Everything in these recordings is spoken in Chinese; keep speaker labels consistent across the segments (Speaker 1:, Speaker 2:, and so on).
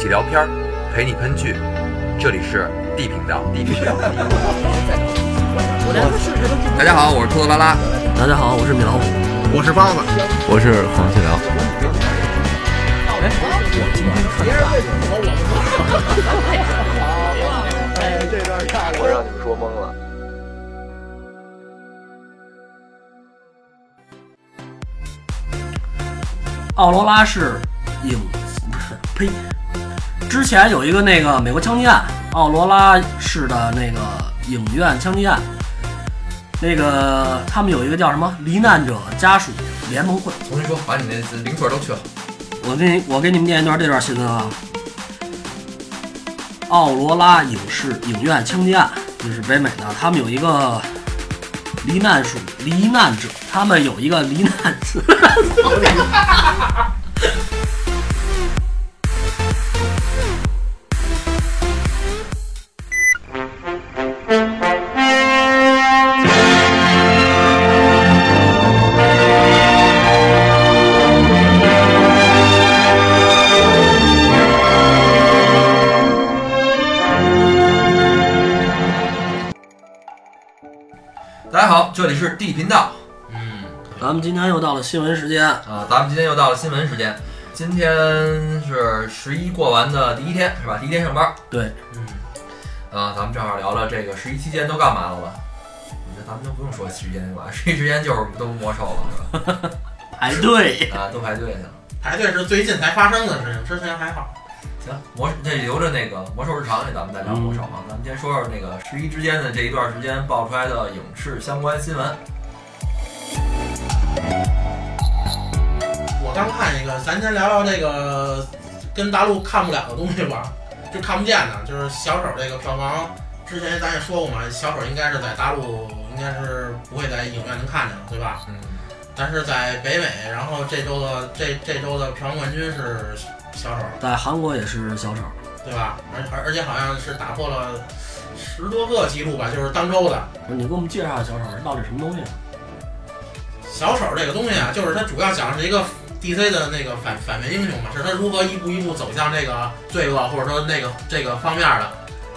Speaker 1: 起聊片儿，陪你喷剧。这里是 D 频道。D 频道。大家好，我是兔子拉拉。
Speaker 2: 大家好，我是米老虎。
Speaker 3: 我是包子，
Speaker 4: 我是黄细辽，
Speaker 5: 我让你们说懵了。
Speaker 2: 奥罗拉是影子，不是呸。之前有一个那个美国枪击案，奥罗拉市的那个影院枪击案，那个他们有一个叫什么罹难者家属联盟会。
Speaker 1: 重新说，把你那零嘴都去了。
Speaker 2: 我给你我给你们念一段这段新闻啊。奥罗拉影视影院枪击案，就是北美的，他们有一个罹难属罹难者，他们有一个罹难者。
Speaker 1: 大家好，这里是 D 频道。嗯
Speaker 2: 咱们今天又到了新闻时间，
Speaker 1: 啊，咱们今天又到了新闻时间。今天是十一过完的第一天，是吧？第一天上班。
Speaker 2: 对，
Speaker 1: 嗯。啊，咱们正好聊聊这个十一期间都干嘛了吧？你这咱们都不用说十一期间吧，十一期间就是都魔兽了，是吧？
Speaker 2: 排队。
Speaker 1: 啊，都排队去了。
Speaker 3: 排队是最近才发生的事情，之前还好。
Speaker 1: 行，魔这留着那个魔兽日常里咱们再聊魔兽啊。咱们先说说那个十一之间的这一段时间爆出来的影视相关新闻。
Speaker 3: 我刚看一个，咱先聊聊这个跟大陆看不了的东西吧，就看不见的，就是小丑这个票房，之前咱也说过嘛，小丑应该是在大陆应该是不会在影院能看见了，对吧？
Speaker 1: 嗯，
Speaker 3: 但是在北美，然后这周的这这周的票房冠军是小丑，
Speaker 2: 在韩国也是小丑，
Speaker 3: 对吧？而而而且好像是打破了十多个记录吧，就是当周的。
Speaker 2: 不是你给我们介绍一下小丑到底什么东西啊？
Speaker 3: 小丑这个东西啊，就是它主要讲的是一个 DC 的那个反反面英雄嘛，是他如何一步一步走向这个罪恶，或者说那个这个方面的。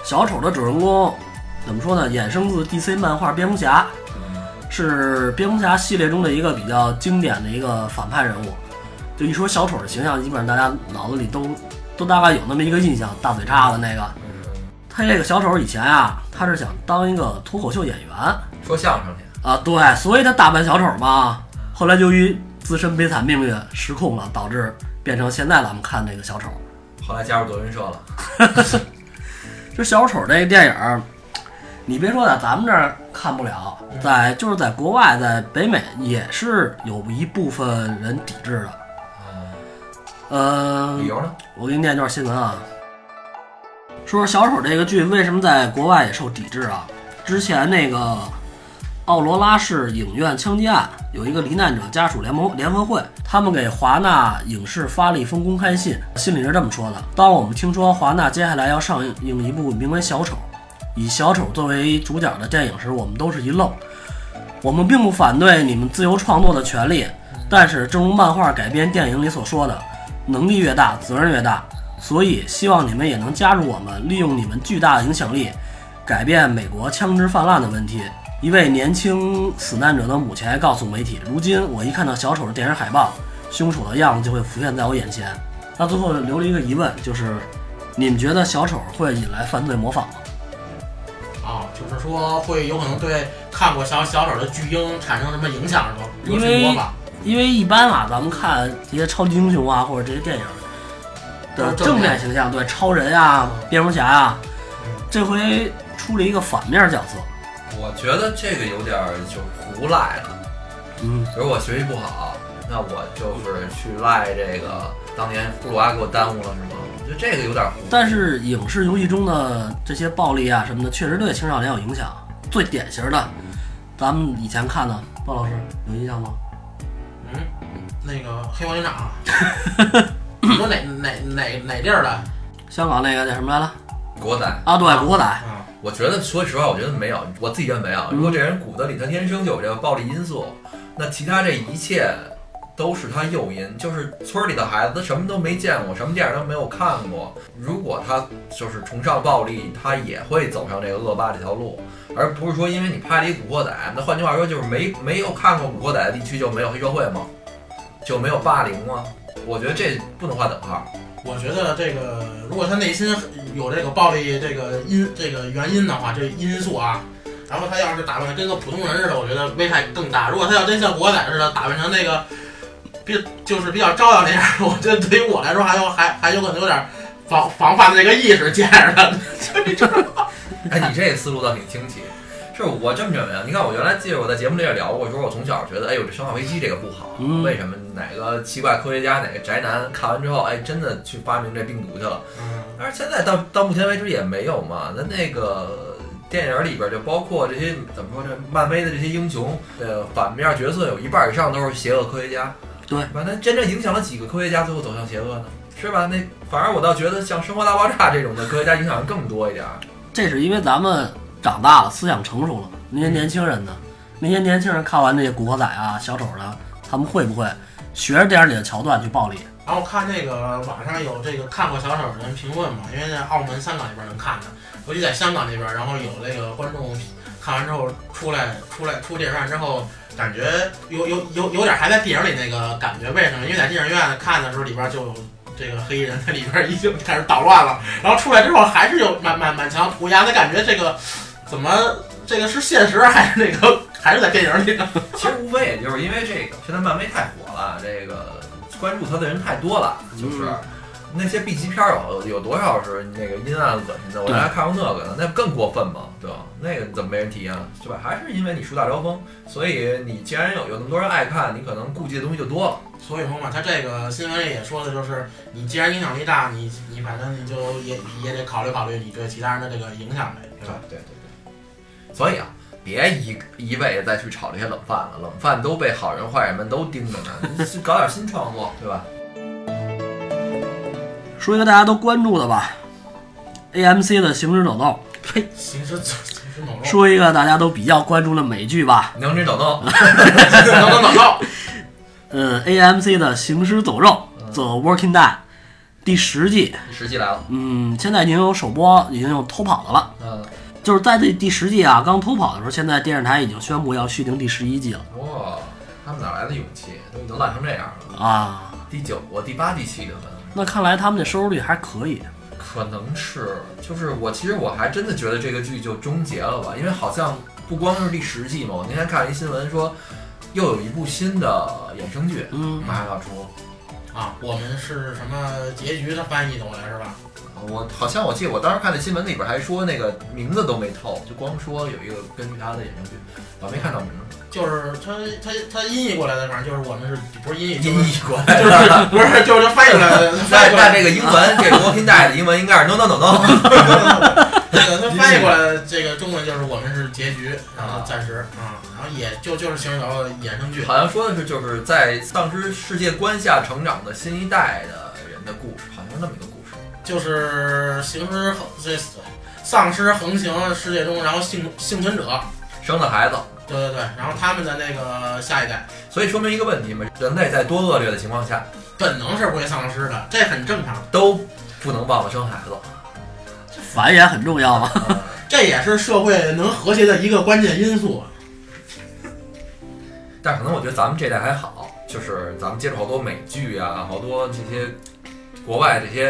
Speaker 2: 小丑的主人公怎么说呢？衍生自 DC 漫画蝙蝠侠，嗯是蝙蝠侠系列中的一个比较经典的一个反派人物。就一说小丑的形象，基本上大家脑子里都都大概有那么一个印象，大嘴叉子那个。他这个小丑以前啊，他是想当一个脱口秀演员啊，
Speaker 1: 说相声去。
Speaker 2: 对，所以他打扮小丑嘛。后来由于自身悲惨命运失控了，导致变成现在咱们看这个小丑。
Speaker 1: 后来加入德云社了。
Speaker 2: 就小丑这个电影儿，你别说在啊咱们这儿看不了，在就是在国外，在北美也是有一部分人抵制的。
Speaker 1: 嗯，
Speaker 2: 呃，
Speaker 1: 理由呢？
Speaker 2: 我给你念一段新闻啊，说小丑这个剧为什么在国外也受抵制啊？之前那个奥罗拉市影院枪击案，有一个罹难者家属联盟联合会，他们给华纳影视发了一封公开信，信里是这么说的：当我们听说华纳接下来要上映一部名为《小丑》，以小丑作为主角的电影时，我们都是一愣。我们并不反对你们自由创作的权利，但是正如漫画改编电影里所说的，能力越大，责任越大。所以，希望你们也能加入我们，利用你们巨大的影响力，改变美国枪支泛滥的问题。一位年轻死难者的母亲还告诉媒体：“如今我一看到小丑的电影海报，凶手的样子就会浮现在我眼前。”那最后留了一个疑问，就是你们觉得小丑会引来犯罪模仿吗？
Speaker 3: 啊、就是说会有可能对看过小小丑的巨婴产生什么影响是吗？
Speaker 2: 因
Speaker 3: 有
Speaker 2: 为
Speaker 3: 什么吧，
Speaker 2: 因为一般啊，咱们看这些超级英雄啊，或者这些电影的
Speaker 3: 都是正
Speaker 2: 正
Speaker 3: 面
Speaker 2: 面形象，对超人啊、蝙蝠侠啊
Speaker 3: 嗯，
Speaker 2: 这回出了一个反面角色。
Speaker 1: 我觉得这个有点儿就胡赖了。
Speaker 2: 嗯，
Speaker 1: 比如我学习不好，那我就是去赖这个当年葫芦娃给我耽误了，是吗？我觉得这个有点胡。
Speaker 2: 但是影视游戏中的这些暴力啊什么的，确实对青少年有影响。最典型的，咱们以前看的，鲍老师有印象吗？
Speaker 3: 嗯，那个黑黄警长，啊 你说哪哪哪哪地儿的？
Speaker 2: 香港那个叫什么来着？
Speaker 1: 国仔，
Speaker 2: 啊，对，古惑仔。
Speaker 3: 啊，
Speaker 1: 我觉得说实话，我觉得没有，我自己认为啊，
Speaker 2: 嗯
Speaker 1: 如果这人骨子里他天生就有这个暴力因素，那其他这一切都是他诱因，就是村里的孩子他什么都没见过，什么电影都没有看过。如果他就是崇尚暴力，他也会走上这个恶霸这条路，而不是说因为你拍了一《古惑仔》，那换句话说就是没没有看过《古惑仔》的地区就没有黑社会吗？就没有霸凌吗？我觉得这不能画等号。
Speaker 3: 我觉得这个，如果他内心有这个暴力这个因这个原因的话，这因素啊，然后他要是打扮的跟个普通人似的，我觉得危害更大。如果他要真像国仔似的打扮成那个比就是比较招摇那样，我觉得对于我来说还有还还有可能有点防防范的这个意识见着他，
Speaker 1: 哎，你这个思路倒挺清奇。是我这么认为啊？你看，我原来记得我在节目里也聊过，说我从小觉得，哎呦，这《生化危机》这个不好，
Speaker 2: 嗯
Speaker 1: 为什么？哪个奇怪科学家，哪个宅男看完之后，哎，真的去发明这病毒去了？
Speaker 3: 嗯，
Speaker 1: 但是现在到到目前为止也没有嘛。那那个电影里边就包括这些怎么说呢？漫威的这些英雄，呃，反面角色有一半以上都是邪恶科学家，
Speaker 2: 对
Speaker 1: 吧？那真正影响了几个科学家最后走向邪恶呢？是吧？那反而我倒觉得像《生活大爆炸》这种的科学家影响更多一点儿。
Speaker 2: 这是因为咱们长大了，思想成熟了。那些年轻人呢？那些年轻人看完这些古惑仔啊、小丑的，他们会不会学着电影里的桥段去暴力？
Speaker 3: 然后看那个网上有这个看过小丑的人评论嘛，因为在澳门、香港那边能看的，尤其在香港那边，然后有那个观众看完之后出来出来出电影院之后，感觉有有有有点还在电影里那个感觉，为什么？因为在电影院看的时候里边就有这个黑衣人在里边已经开始捣乱了，然后出来之后还是有满满满墙涂鸦的感觉，这个怎么这个是现实还是那个还是在电影里呢？
Speaker 1: 其实无非也就是因为这个，现在漫威太火了，这个关注他的人太多了，就是。那些 B 级片儿有有多少是那个阴暗恶心的？我
Speaker 2: 对
Speaker 1: 还看过那个呢，那更过分嘛，对吧？那个怎么没人提啊？对吧？还是因为你树大招风，所以你既然有有那么多人爱看，你可能顾忌的东西就多了。
Speaker 3: 所以说嘛，他这个新闻里也说的就是，你既然影响力大，你你反正你就也也得考虑考虑你对其他人的这个影响呗，对吧？
Speaker 1: 对对对。所以啊，别一一味地再去炒这些冷饭了，冷饭都被好人坏人们都盯着呢，你去搞点新创作，对吧？
Speaker 2: 说一个大家都关注的吧，AMC 的《行尸走肉
Speaker 3: 行尸走 行尸走》，肉，
Speaker 2: 说一个大家都比较关注的美剧吧，
Speaker 1: 能吃抖动，
Speaker 3: 能能能能，
Speaker 2: 呃，AMC 的《行尸走肉》The Walking Dead 第十季，
Speaker 1: 时机来了，
Speaker 2: 嗯，现在已经有首播，已经有偷跑的了。
Speaker 1: 嗯，
Speaker 2: 就是在这第十季啊，刚偷跑的时候，现在电视台已经宣布要续订第十一季了
Speaker 1: 哇，他们哪来的勇气？都已经烂成这样了。
Speaker 2: 啊。
Speaker 1: 第九我第八、第七的可能
Speaker 2: 那看来他们的收视率还可以。
Speaker 1: 可能是，就是我其实我还真的觉得这个剧就终结了吧，因为好像不光是第十季嘛，我那天看了一新闻说，又有一部新的衍生剧
Speaker 2: 嗯，
Speaker 1: 马上要出，
Speaker 3: 啊！我们是什么结局的翻译过来是吧？
Speaker 1: 我好像我记得我当时看的新闻里边还说那个名字都没透，就光说有一个根据他的衍生剧，我还没看到名字，
Speaker 3: 就是他他他音译过来的，反正就是我们是不是音译
Speaker 1: 音
Speaker 3: 就是
Speaker 1: 译过来
Speaker 3: 就是不是就是翻译过来 的，翻译
Speaker 1: 但
Speaker 3: 过
Speaker 1: 但
Speaker 3: 来
Speaker 1: 这个英文，这个国拼带的英文应该是 no no no no，
Speaker 3: 这 个他翻译过来的这个中文就是我们是结局，然后暂时啊，然后也就就是行尸走肉的衍生剧。
Speaker 1: 好像说的是就是在丧尸世界观下成长的新一代的人的故事，好像是那么一个故事。
Speaker 3: 就是行尸横这丧尸横行世界中，然后幸幸存者，
Speaker 1: 生了孩子，
Speaker 3: 对对对，然后他们的那个下一代
Speaker 1: 所以说明一个问题嘛，人类在多恶劣的情况下
Speaker 3: 本能是不会丧失的，这很正常，
Speaker 1: 都不能忘了生孩子。
Speaker 2: 繁衍很重要啊嘛。
Speaker 1: 嗯
Speaker 3: 这也是社会能和谐的一个关键因素。
Speaker 1: 但可能我觉得咱们这代还好，就是咱们接触好多美剧啊，好多这些国外这些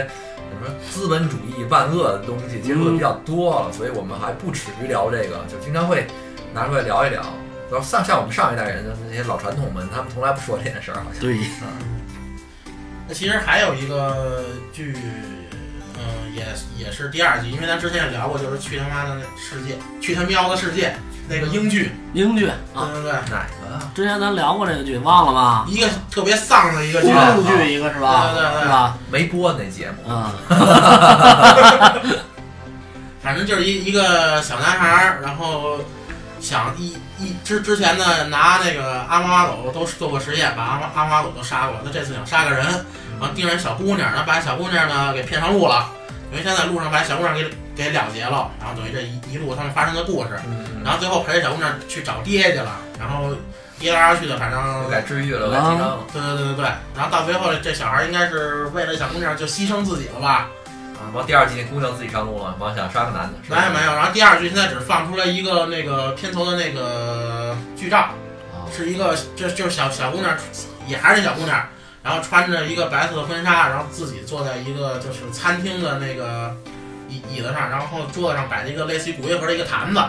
Speaker 1: 什么资本主义万恶的东西接触的比较多了，所以我们还不耻于聊这个，就经常会拿出来聊一聊。然后像像我们上一代人，就是那些老传统们，他们从来不说这件事儿，好像
Speaker 2: 对，
Speaker 3: 那其实还有一个剧，嗯，也也是第二季，因为咱之前也聊过，就是去他妈的世界，去他喵的世界那个英剧，
Speaker 2: 英剧
Speaker 3: 对
Speaker 2: 啊，
Speaker 3: 对对，
Speaker 1: 哪个啊？
Speaker 2: 之前咱聊过这个剧，忘了吧？
Speaker 3: 一个特别丧的一个剧
Speaker 2: 公，
Speaker 1: 哇
Speaker 2: 路剧一啊个是吧？
Speaker 3: 对对对
Speaker 2: 是吧？
Speaker 1: 没播那节目，
Speaker 2: 嗯，
Speaker 3: 反正就是一一个小男孩儿，然后想一一之之前呢，拿那个阿猫阿狗都做过实验，把阿猫阿猫阿狗都杀过了。他这次想杀个人，然后盯上一小姑娘，然后把小姑娘呢给骗上路了。等于先在路上把小姑娘给给了结了，然后等于这一一路他们发生的故事，
Speaker 1: 嗯，
Speaker 3: 然后最后陪着小姑娘去找爹去了，然后一来二去的，反正
Speaker 1: 给治愈了，给提升了。
Speaker 3: 对对对对对，然后到最后这小孩应该是为了小姑娘就牺牲自己了吧？
Speaker 1: 啊然后第二季那姑娘自己上路了，往想杀个男的，是吧
Speaker 3: 没有没有，然后第二句现在只放出来一个那个片头的那个剧照，
Speaker 1: 啊
Speaker 2: 哦
Speaker 3: 是一个就就是小小姑娘，也还是那小姑娘，然后穿着一个白色的婚纱，然后自己坐在一个就是餐厅的那个椅椅子上，然后桌子上摆着一个类似于骨灰盒的一个坛子。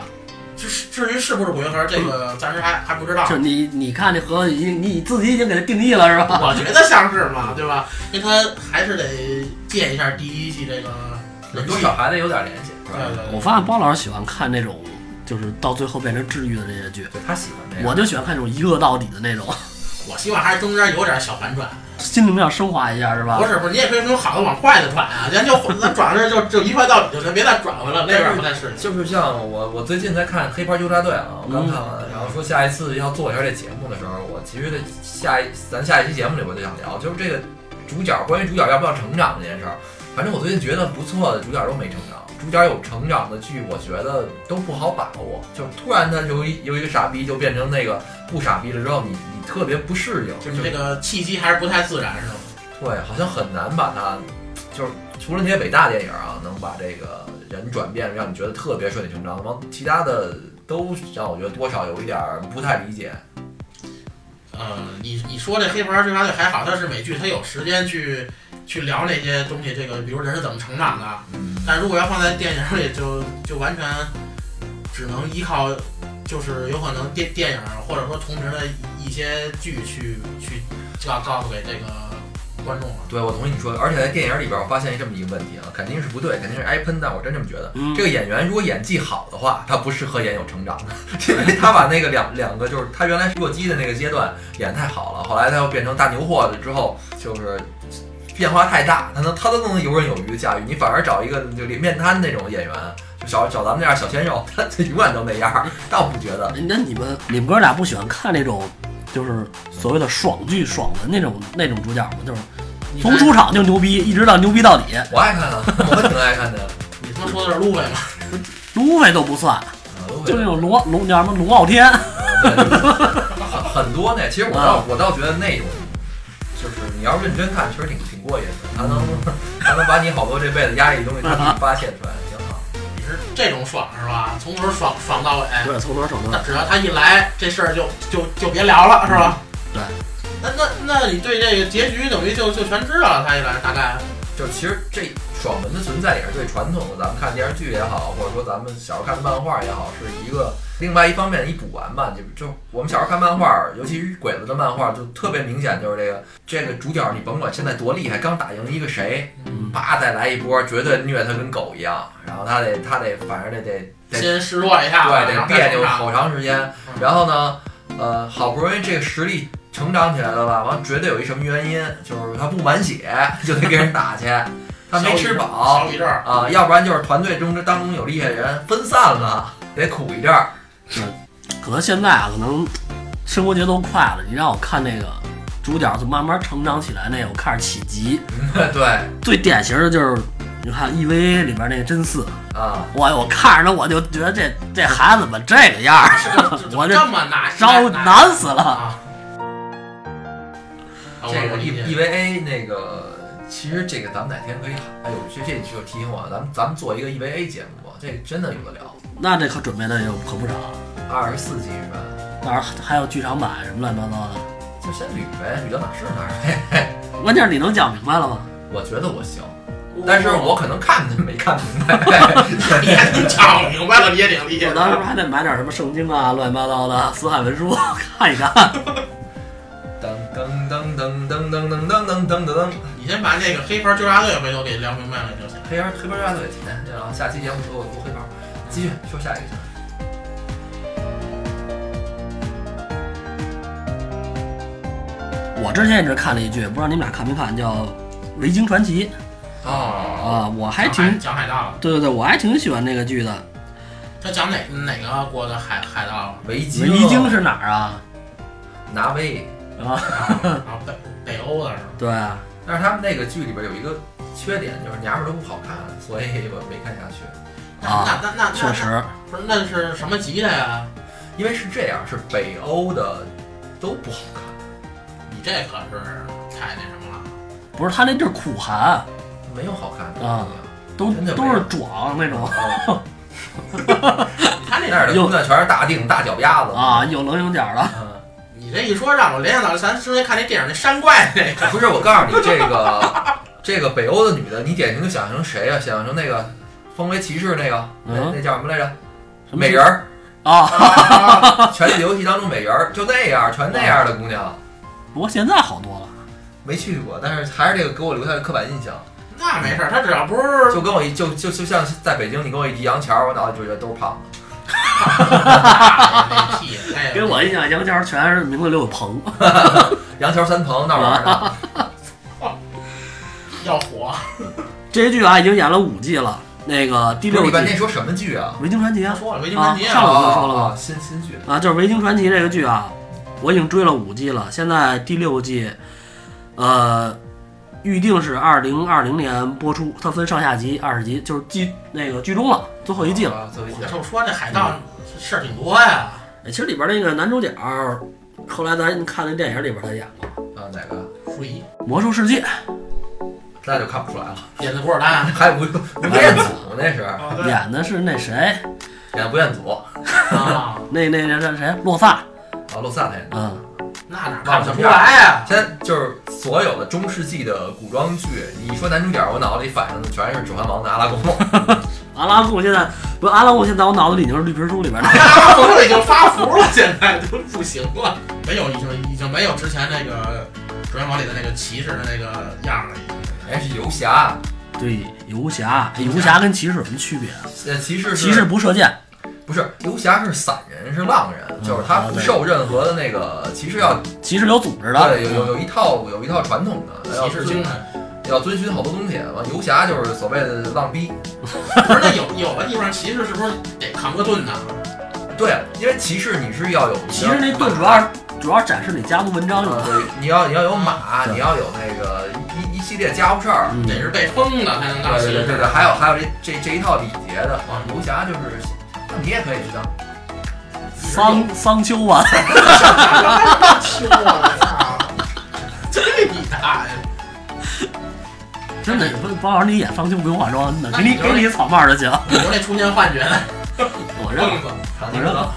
Speaker 3: 至至于是不是骨灰盒，这
Speaker 2: 嗯
Speaker 3: 个暂时还还不知道。
Speaker 2: 就你你看这盒子已经你自己已经给它定义了是吧？
Speaker 3: 我觉得像是嘛，对吧？因为他还是得借一下第一季这个人
Speaker 1: 多
Speaker 3: 气。
Speaker 1: 少还得有点联系，是
Speaker 3: 对
Speaker 1: 吧？
Speaker 3: 对 对
Speaker 2: 我发现包老师喜欢看那种就是到最后变成治愈的这些剧，
Speaker 1: 对他喜欢这个。
Speaker 2: 我就喜欢看这种一恶到底的那种，
Speaker 3: 我希望还是中间有点小反转。
Speaker 2: 心灵上升华一下是吧
Speaker 3: 不？是不是，你也可以从好的往坏的转啊，咱就咱转这就就一块到底就行，别再转回了，那边不太适应。
Speaker 1: 就是像我，我最近在看《黑袍纠察队》啊，我刚看完，然后说下一次要做一下这节目的时候，我其实的下一咱下一期节目里我就想聊，就是这个主角关于主角要不要成长这件事儿。反正我最近觉得不错的主角都没成长，主角有成长的剧，我觉得都不好把握。就突然他由一由一个傻逼就变成那个不傻逼了之后，你你特别不适应，
Speaker 3: 就是这个气息还是不太自然，是吗？
Speaker 1: 对，好像很难把它，就是除了那些伟大电影啊，能把这个人转变让你觉得特别顺理成章，然后其他的都让我觉得多少有一点儿不太理解。
Speaker 3: 呃，你你说这黑袍追杀队还好，它是美剧，它有时间去去聊那些东西，这个比如人是怎么成长的。
Speaker 1: 嗯，
Speaker 3: 但如果要放在电影里就，就完全只能依靠，就是有可能电电影或者说同名的一些剧去去告告诉给这个观众了。
Speaker 1: 对，我同意你说的，而且在电影里边，我发现这么一个问题啊，肯定是不对，肯定是挨喷，但我真这么觉得。
Speaker 2: 嗯
Speaker 1: 这个演员如果演技好的话，他不适合演有成长的， 因为他把那个两两个就是他原来是弱鸡的那个阶段演太好了，后来他又变成大牛货了之后，就是变化太大，他能他都能游刃有余的驾驭。你反而找一个就脸面瘫那种演员，就找找咱们这样小鲜肉，他他永远都那样，倒不觉得。
Speaker 2: 嗯那你们你们哥俩不喜欢看那种就是所谓的爽剧、爽文那种那种主角吗？就是
Speaker 3: 你
Speaker 2: 从出场就牛逼，一直到牛逼到底，
Speaker 1: 我爱看啊，我挺爱看的。
Speaker 3: 你他妈说的是路呗嘛？
Speaker 2: 卢伟都不算，
Speaker 1: 啊我
Speaker 2: 就那种罗龙叫什么龙傲天，
Speaker 1: 对 很很多呢。其实我倒我倒觉得那种，就是你要认真看，其实挺挺过瘾的，它能它能把你好多这辈子压抑的东西都给你发泄出来，挺好。
Speaker 3: 你是这种爽是吧？从头爽爽到尾。
Speaker 2: 对，从头爽到
Speaker 3: 那只要他一来，这事儿就就就别聊了，是吧？
Speaker 1: 嗯
Speaker 2: 对。
Speaker 3: 那那那你对这个结局等于就就全知道了，他一来大概。
Speaker 1: 就其实这爽文的存在也是对传统的咱们看电视剧也好，或者说咱们小时候看的漫画也好，是一个另外一方面的一补完吧。就就我们小时候看漫画，尤其是鬼子的漫画，就特别明显就是这个这个主角，你甭管现在多厉害，刚打赢一个谁，
Speaker 2: 嗯
Speaker 1: 叭再来一波，绝对虐他跟狗一样，然后他得他得反正得得得
Speaker 3: 先示弱一下，
Speaker 1: 对，
Speaker 3: 然
Speaker 1: 得
Speaker 3: 后再
Speaker 1: 别
Speaker 3: 出
Speaker 1: 扭
Speaker 3: 场。
Speaker 1: 好长时间。然后呢，呃，好不容易这个实力成长起来了吧，完绝对有一什么原因，就是他不满血，就得给人打去，他没吃饱
Speaker 3: 小雨这儿，
Speaker 1: 啊，要不然就是团队中当中有厉害人分散了，得苦一阵儿。
Speaker 2: 可能现在啊，可能生活节奏快了，你让我看那个主角就慢慢成长起来那个，我看着起急。
Speaker 1: 对
Speaker 2: 最典型的就是你看 EVA 里边那个真嗣，
Speaker 1: 啊，
Speaker 2: 我我看着他我就觉得这这孩子怎么这个样儿， 我这
Speaker 3: 这么难，
Speaker 2: 招
Speaker 3: 难
Speaker 2: 难死了。
Speaker 3: 啊！啊
Speaker 1: 这
Speaker 3: 我
Speaker 1: 个
Speaker 3: 我
Speaker 1: E
Speaker 3: 理解
Speaker 1: E V A 那个。其实这个咱们哪天可以，哎呦，这这就提醒我，咱们咱们做一个 EVA 节目吧，这真的有的聊，
Speaker 2: 那这可准备的有可不少，
Speaker 1: 二十四集是吧？
Speaker 2: 到时候还有剧场版什么乱七八糟的。
Speaker 1: 就先捋呗，捋到哪儿是哪儿呗。
Speaker 2: 关键是你能讲明白了吗？
Speaker 1: 我觉得我行，但是我可能看的没看明白。
Speaker 3: 你还挺讲明白了，你也挺厉害
Speaker 2: 我。当时还得买点什么圣经啊，乱七八糟的死海文书 看一看。
Speaker 1: 噔噔噔噔噔噔噔噔噔噔噔噔，
Speaker 3: 你先把那个黑袍纠察队回头给聊明白了就行。
Speaker 1: 黑边黑边大队今天这样，下期节目说我做黑袍，继续说下一个。
Speaker 2: 我之前一直看了一剧，不知道你们俩看没看，叫《维京传奇》
Speaker 1: 哦，
Speaker 2: 啊、我还挺
Speaker 3: 讲海盗了，
Speaker 2: 对对对，我还挺喜欢那个剧的。
Speaker 3: 他讲哪哪个国的海海盗了？
Speaker 1: 维京，
Speaker 2: 维京是哪儿啊？
Speaker 1: 拿威，
Speaker 2: 啊，
Speaker 3: 啊，北北欧的是吗？
Speaker 2: 对啊，
Speaker 1: 但是他们那个剧里边有一个缺点，就是娘们儿都不好看，所以我没看下去。
Speaker 3: 那那那
Speaker 2: 啊确，实，
Speaker 3: 不是那是什么级的呀？
Speaker 1: 因为是这样，是北欧的都不好看。
Speaker 3: 你这可是太那什么了。
Speaker 2: 不是他那地儿苦寒，
Speaker 1: 没有好看的
Speaker 2: 啊都
Speaker 1: 真的没
Speaker 2: 都
Speaker 1: 有
Speaker 2: 是壮那种
Speaker 1: 啊，
Speaker 3: 他
Speaker 1: 那儿
Speaker 3: 这
Speaker 1: 的
Speaker 2: 又
Speaker 1: 姑娘全是大腚、大脚丫子
Speaker 2: 啊，有棱有角的。
Speaker 1: 嗯
Speaker 3: 你这一说让我联想到咱之前看那电影那山怪 那个，
Speaker 1: 不是，我告诉你，这个这个北欧的女的，你典型就想象成谁呀、啊想象成那个《风为骑士》那个，那
Speaker 2: 嗯
Speaker 1: 那叫什么来着？
Speaker 2: 什么
Speaker 1: 美人儿，
Speaker 2: 啊，
Speaker 1: 《权力游戏》当中美人儿，就那样，全那样的姑娘，
Speaker 2: 不过现在好多了。
Speaker 1: 没去过，但是还是这个给我留下的刻板印象，
Speaker 3: 那没事儿，他只要不是
Speaker 1: 就跟我一就就就像在北京，你跟我一提杨桥，我脑袋就觉得都是胖子，
Speaker 3: 大爷那屁，哎呦
Speaker 2: 给我印象，杨家全是名字里有鹏。
Speaker 1: 杨桥三鹏那玩意儿啊呢，
Speaker 3: 要火，
Speaker 2: 这剧啊已经演了五季了，那个第
Speaker 1: 不是
Speaker 2: 六
Speaker 1: 你
Speaker 2: 季
Speaker 1: 半天
Speaker 2: 《
Speaker 1: 说什么剧啊？
Speaker 2: 维京传奇》
Speaker 3: 别
Speaker 2: 啊，
Speaker 3: 说了，维京传奇
Speaker 2: 上
Speaker 3: 啊，
Speaker 2: 午就说了吧
Speaker 1: 啊新新剧，
Speaker 2: 啊就是《维京传奇》这个剧啊，我已经追了五季了，现在第六季，呃，预定是二零二零年播出，它分上下集二十集，就是季那个剧中了，最后一季了。
Speaker 1: 了，啊最后一季
Speaker 3: 我。就说这海盗事儿挺多呀。
Speaker 2: 哎其实里边那个男主角儿，后来咱看那电影里边他演过
Speaker 1: 啊，哪个？
Speaker 3: 溥 仪
Speaker 2: 《魔兽世界》，
Speaker 1: 那就看不出来了，
Speaker 3: 演的古尔丹，
Speaker 2: 啊
Speaker 1: 还不不彦祖那是
Speaker 3: 啊
Speaker 2: 演的是那谁，
Speaker 1: 演不彦祖啊，
Speaker 3: 啊，
Speaker 2: 那那那那谁，洛萨，
Speaker 1: 洛萨他演的。
Speaker 2: 嗯。
Speaker 3: 那哪看不出来呀？
Speaker 1: 现在就是所有的中世纪的古装剧，你一说男主角，我脑子里反映的全是《指环王》的阿拉贡。
Speaker 2: 阿拉贡现在不，阿拉贡现在我脑子里就是绿皮书里边的。
Speaker 3: 我都已经发福了，现在都不行了，没有，已经已经没有之前那个《指环王》里的那个骑士的那个样了，已经。
Speaker 1: 人家哎是游侠，
Speaker 2: 对，游侠，哎游侠跟骑士有什么区别啊？
Speaker 1: 呃，骑士是
Speaker 2: 骑士不射箭，
Speaker 1: 不是游侠是散人，是浪
Speaker 2: 嗯
Speaker 1: 人，就是他不受任何的那个骑士要
Speaker 2: 骑士有组织的。
Speaker 1: 对有有有一套有一套传统的
Speaker 3: 骑士精神，
Speaker 1: 要遵循好多东西。完，游侠就是所谓的浪逼。
Speaker 3: 不是那有有的地方骑士是不是得扛个盾呢？
Speaker 1: 对，因为骑士你是要有
Speaker 2: 骑士那盾主要主要展示你家族文章用
Speaker 1: 啊
Speaker 2: 的。
Speaker 1: 对你要你要有马，
Speaker 2: 对
Speaker 1: 你要有那个一一一系列家伙事儿。
Speaker 2: 嗯
Speaker 3: 得是被封的才能当骑
Speaker 1: 对对
Speaker 3: 士。
Speaker 1: 对对，还有还有这这这一套礼节的啊，游侠就是，那你也可以去当。
Speaker 2: 嗯桑桑丘啊，
Speaker 3: 听我操，这你大爷！
Speaker 2: 真的，不不让你演桑丘不用化妆，真的，
Speaker 3: 那
Speaker 2: 给你
Speaker 3: 你就是
Speaker 2: 给你草帽就行。
Speaker 3: 你说那出现幻觉的
Speaker 2: 我认
Speaker 3: 蹦
Speaker 2: 了。
Speaker 3: 子，
Speaker 1: 唐
Speaker 2: 我认了。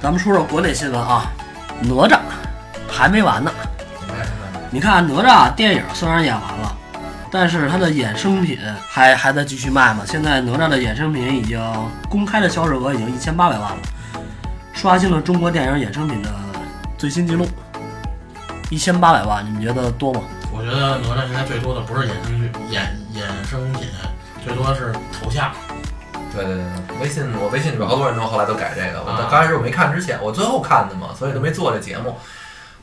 Speaker 2: 咱们说说国内新闻啊，哪吒还没完呢。
Speaker 1: 哎
Speaker 2: 你看哪吒电影虽然演完了，但是它的衍生品还还在继续卖嘛。现在哪吒的衍生品已经公开的销售额已经一千八百万了，刷新了中国电影衍生品的最新纪录，一千八百万，你们觉得多吗？
Speaker 3: 我觉得哪吒现在最多的不是衍生剧，衍衍生品，最多是头像。
Speaker 1: 对对对，微信我微信里边好多人都后来都改这个。我
Speaker 3: 啊
Speaker 1: 刚开始我没看之前，我最后看的嘛，所以都没做这节目。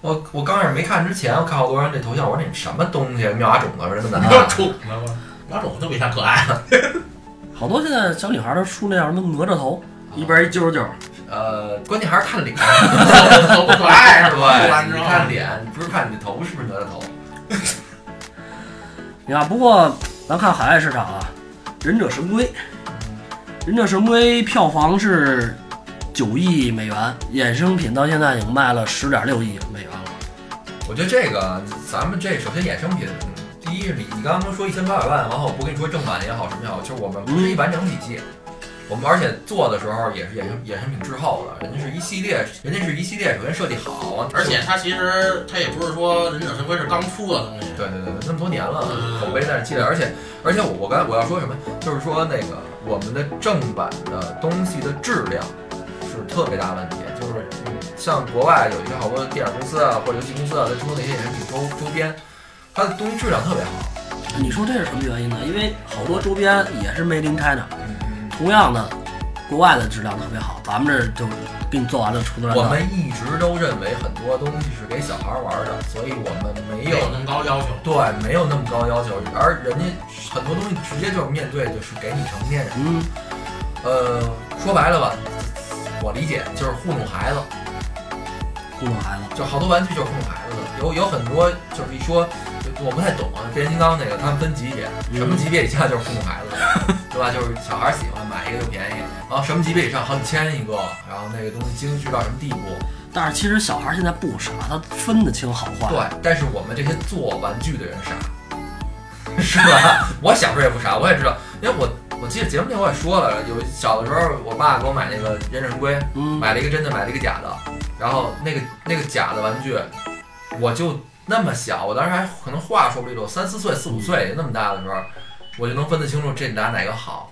Speaker 1: 我我刚开始没看之前，我看好多人这头像，我说你们什么东西？妙蛙种子是这么难看？
Speaker 3: 种子吗？哪种都比他可爱。
Speaker 2: 好多现在小女孩都出那叫什么哪吒头，啊一边一揪揪，
Speaker 1: 呃，关键还是看脸， 哎
Speaker 3: 都 不可爱是吧？
Speaker 1: 对，
Speaker 3: 完之
Speaker 1: 你
Speaker 3: 后
Speaker 1: 看脸，你不是看你的头是不是哪吒头？
Speaker 2: 你看，不过咱看海外市场啊，《忍者神龟》，《忍者神龟》票房是九亿美元，衍生品到现在已经卖了十点六亿美元了。
Speaker 1: 我觉得这个咱们这首先衍生品，第一是你你刚刚说一千八百万，然后我不跟你说正版也好什么也好，就是我们不是一完整体系，我们而且做的时候也是衍生衍生品滞后的，人家是一系列，人家是一系列，首先设计好，
Speaker 3: 而且它其实它也不是说忍者神龟是刚出的东西，
Speaker 1: 对对对，那么多年了，
Speaker 3: 嗯
Speaker 1: 口碑在那积累，而且而且我我刚才我要说什么，就是说那个我们的正版的东西的质量是特别大问题，就是嗯像国外有一些好多电影公司啊或者游戏公司啊，在出那些衍生品周周边，它的东西质量特别好。
Speaker 2: 你说这是什么原因呢？因为好多周边也是 Made in China，
Speaker 1: 嗯，
Speaker 2: 同样的，国外的质量特别好，咱们这就给你做完了，出的
Speaker 1: 我们一直都认为很多东西是给小孩玩的，所以我们没
Speaker 3: 没
Speaker 1: 有
Speaker 3: 有那么高要求。
Speaker 1: 对没有那么高要求，而人家很多东西直接就是面对就是给你成年人。
Speaker 2: 嗯，
Speaker 1: 呃，说白了吧，我理解就是糊弄孩子，
Speaker 2: 糊弄孩子。
Speaker 1: 就好多玩具就是哄孩子的，有有很多就是一说，就我不太懂啊，变形金刚那个他们分级别，什么级别以下就是哄孩子的，对吧？就是小孩喜欢买一个就便宜，然后什么级别以上好几千一个，然后那个东西精致到什么地步？
Speaker 2: 但是其实小孩现在不傻，他分得清好坏。
Speaker 1: 对，但是我们这些做玩具的人傻， 是吧？我小时候也不傻，我也知道，因为我我记得节目里我也说了，有小的时候我爸给我买那个忍者神龟，
Speaker 2: 嗯，
Speaker 1: 买了一个真的，买了一个假的，然后那个那个假的玩具，我就那么小，我当时还可能话说不利落，三四岁、四五岁那么大的时候，我就能分得清楚这拿哪个好，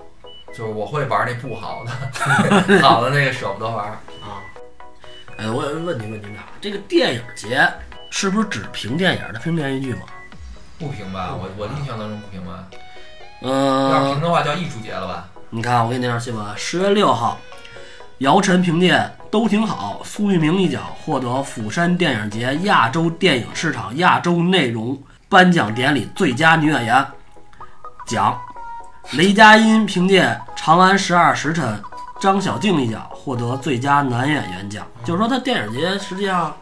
Speaker 1: 就是我会玩那不好的， 好的那个舍不得玩。
Speaker 3: 啊，
Speaker 2: 哎，我有一个问题问您俩，这个电影节是不是只评电影，它评电视剧吗？
Speaker 1: 不平吧？我我印象当中不平吧？要是
Speaker 2: 嗯
Speaker 1: 平，的话叫艺术节了吧？
Speaker 2: 你看啊我给你那条新闻，十月六号，姚晨评电都挺好，苏翊鸣一角获得釜山电影节亚洲电影市场亚洲内容颁奖典礼最佳女演员奖，雷佳音凭借《长安十二时辰》，张小敬一角获得最佳男演员奖。就是说，他电影节实际上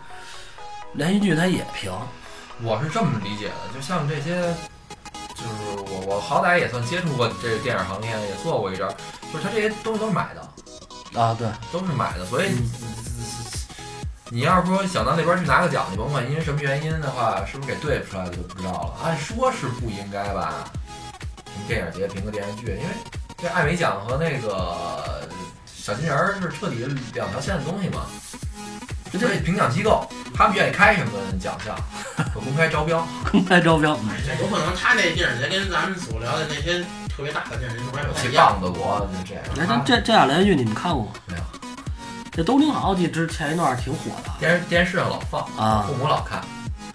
Speaker 2: 连续剧他也评，
Speaker 1: 我是这么理解的，就像这些，就是我我好歹也算接触过这个电影行业，也做过一阵儿，就是他这些东西都是买的。
Speaker 2: 啊，对，
Speaker 1: 都是买的，所以
Speaker 2: 嗯
Speaker 1: 你要是说想到那边去拿个奖，你甭管因为什么原因的话，是不是给对付出来的就不知道了。按说是不应该吧？评电影节评个电视剧，因为这艾美奖和那个小金人儿是彻底两条线的东西嘛。这这评奖机构，他们愿意开什么奖 项，就公开招标。
Speaker 2: 公开招标，嗯
Speaker 3: 有可能他那电影节跟咱们所聊的那些特别大的电影节还不太
Speaker 1: 去
Speaker 3: 一样。
Speaker 1: 棒子国就这
Speaker 2: 哎，
Speaker 1: 样
Speaker 2: 这。这这俩连续剧你们看过吗？
Speaker 1: 没有
Speaker 2: 这都挺好，记之前一段挺火的
Speaker 1: 电视电视上老放，
Speaker 2: 啊
Speaker 1: 父。母老看。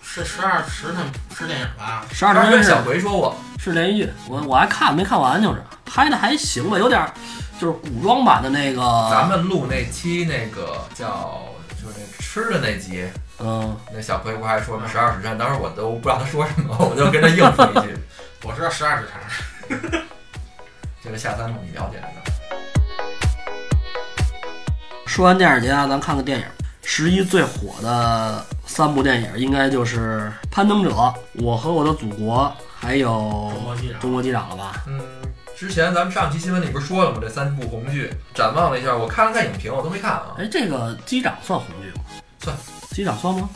Speaker 3: 是十二时辰是电影吧？
Speaker 2: 十二
Speaker 1: 当时
Speaker 2: 年
Speaker 1: 跟
Speaker 2: 是
Speaker 1: 小葵说过，
Speaker 2: 是连续剧，我我还看没看完，就是拍的还行吧，有点儿就是古装版的那
Speaker 1: 咱
Speaker 2: 个，
Speaker 1: 们录那期那个叫就是那吃的那集，
Speaker 2: 嗯，
Speaker 1: 那小葵不还说什么十二时辰？当时我都不知道他说什么， 我就跟他应付一句。
Speaker 3: 我知道十二时辰。
Speaker 1: 这个下三路你了解着
Speaker 2: 说完电影节啊，咱看个电影。十一最火的三部电影应该就是《攀登者》《我和我的祖国》，还有
Speaker 3: 中国记者
Speaker 2: 《中国机长》了吧？
Speaker 1: 嗯，之前咱们上期新闻里不是说了吗？这三部红剧，展望了一下，我看了看影评，我都没看啊。
Speaker 2: 哎，这个机长算红剧吗？
Speaker 1: 算，
Speaker 2: 机长算吗？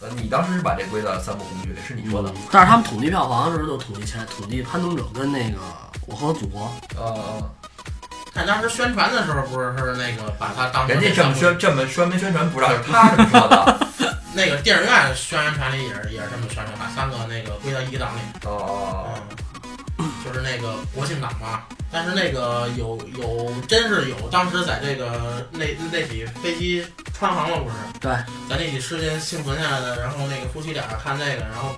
Speaker 1: 呃你当时是把这归到三部红剧里，是你说的。
Speaker 2: 嗯但是他们统计票房的时候就统计前，统计《攀登者》跟那个《我和我祖国》。
Speaker 1: 呃，
Speaker 3: 但当时宣传的时候，不是是那个把它当成
Speaker 1: 啊人家这么宣这么宣没宣传不知道，是他这么说的。
Speaker 3: 那个电影院宣传里也是也是这么宣传，把三个那个归到一档里，
Speaker 1: 哦，
Speaker 3: 嗯，就是那个国庆档嘛。但是那个有有真是有，当时在这个那那起飞机穿航了不是？
Speaker 2: 对，
Speaker 3: 在那起事件幸存下来的，然后那个夫妻俩看那个，然后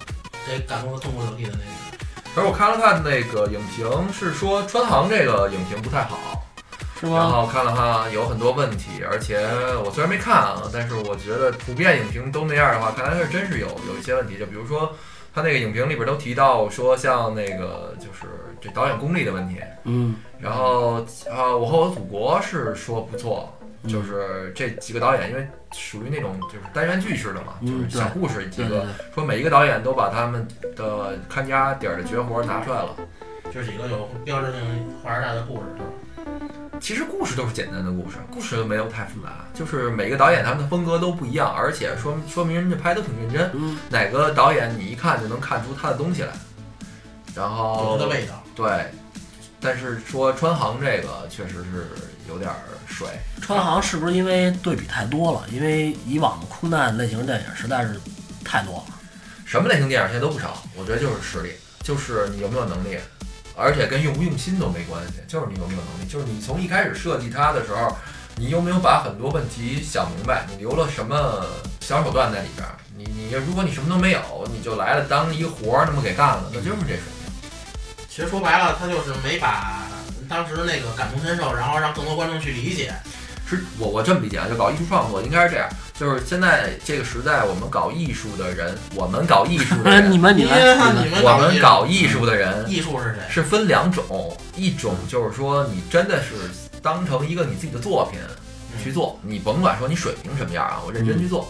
Speaker 3: 得感动的痛哭流涕的那个。
Speaker 1: 可是我看了看那个影评，是说川航这个影评不太好。
Speaker 2: 是
Speaker 1: 然
Speaker 2: 吗？
Speaker 1: 后看了看，有很多问题，而且我虽然没看啊，但是我觉得普遍影评都那样的话，看来是真是有有一些问题。就比如说，他那个影评里边都提到说，像那个就是这导演功力的问题。
Speaker 2: 嗯，
Speaker 1: 然后啊，我和我的祖国是说不错，
Speaker 2: 嗯
Speaker 1: 就是这几个导演，因为属于那种就是单元剧式的嘛，
Speaker 2: 嗯
Speaker 1: 就是小故事几
Speaker 2: 对对
Speaker 1: 个，
Speaker 2: 对，
Speaker 1: 说每一个导演都把他们的看家底儿的绝活拿出来了。
Speaker 3: 这是一个有标志性华尔大的故事，是吧？
Speaker 1: 其实故事都是简单的故事，故事没有太复杂，就是每个导演他们的风格都不一样，而且说说明人家拍的挺认真，
Speaker 2: 嗯，
Speaker 1: 哪个导演你一看就能看出他的东西来。然
Speaker 3: 有
Speaker 1: 后
Speaker 3: 它的味道。
Speaker 1: 对，但是说川航这个确实是有点儿水，
Speaker 2: 川航是不是因为对比太多了？因为以往的空难类型电影实在是太多了。
Speaker 1: 什么类型电影现在都不少，我觉得就是实力，就是你有没有能力，而且跟用不用心都没关系，就是你有没有能力，就是你从一开始设计它的时候，你有没有把很多问题想明白，你留了什么小手段在里边儿，你你如果你什么都没有，你就来了当一个活儿那么给干了，那就是这水平。
Speaker 3: 其实说白了，他就是没把当时那个感同身受，然后让更多观众去理解。
Speaker 1: 是我我这么理解啊，就搞艺术创作应该是这样，就是现在这个时代，我们搞艺术的人，我们搞艺术的
Speaker 2: 你
Speaker 1: 人，
Speaker 2: 们你
Speaker 3: 因
Speaker 2: 们
Speaker 3: 为
Speaker 2: 你们，
Speaker 3: 你们
Speaker 1: 我们
Speaker 3: 搞
Speaker 1: 搞艺术的人，
Speaker 3: 艺术是谁？
Speaker 1: 是分两种，一种就是说你真的是
Speaker 3: 嗯
Speaker 1: 当成一个你自己的作品去做，你甭管说你水平什么样啊，我认真去做。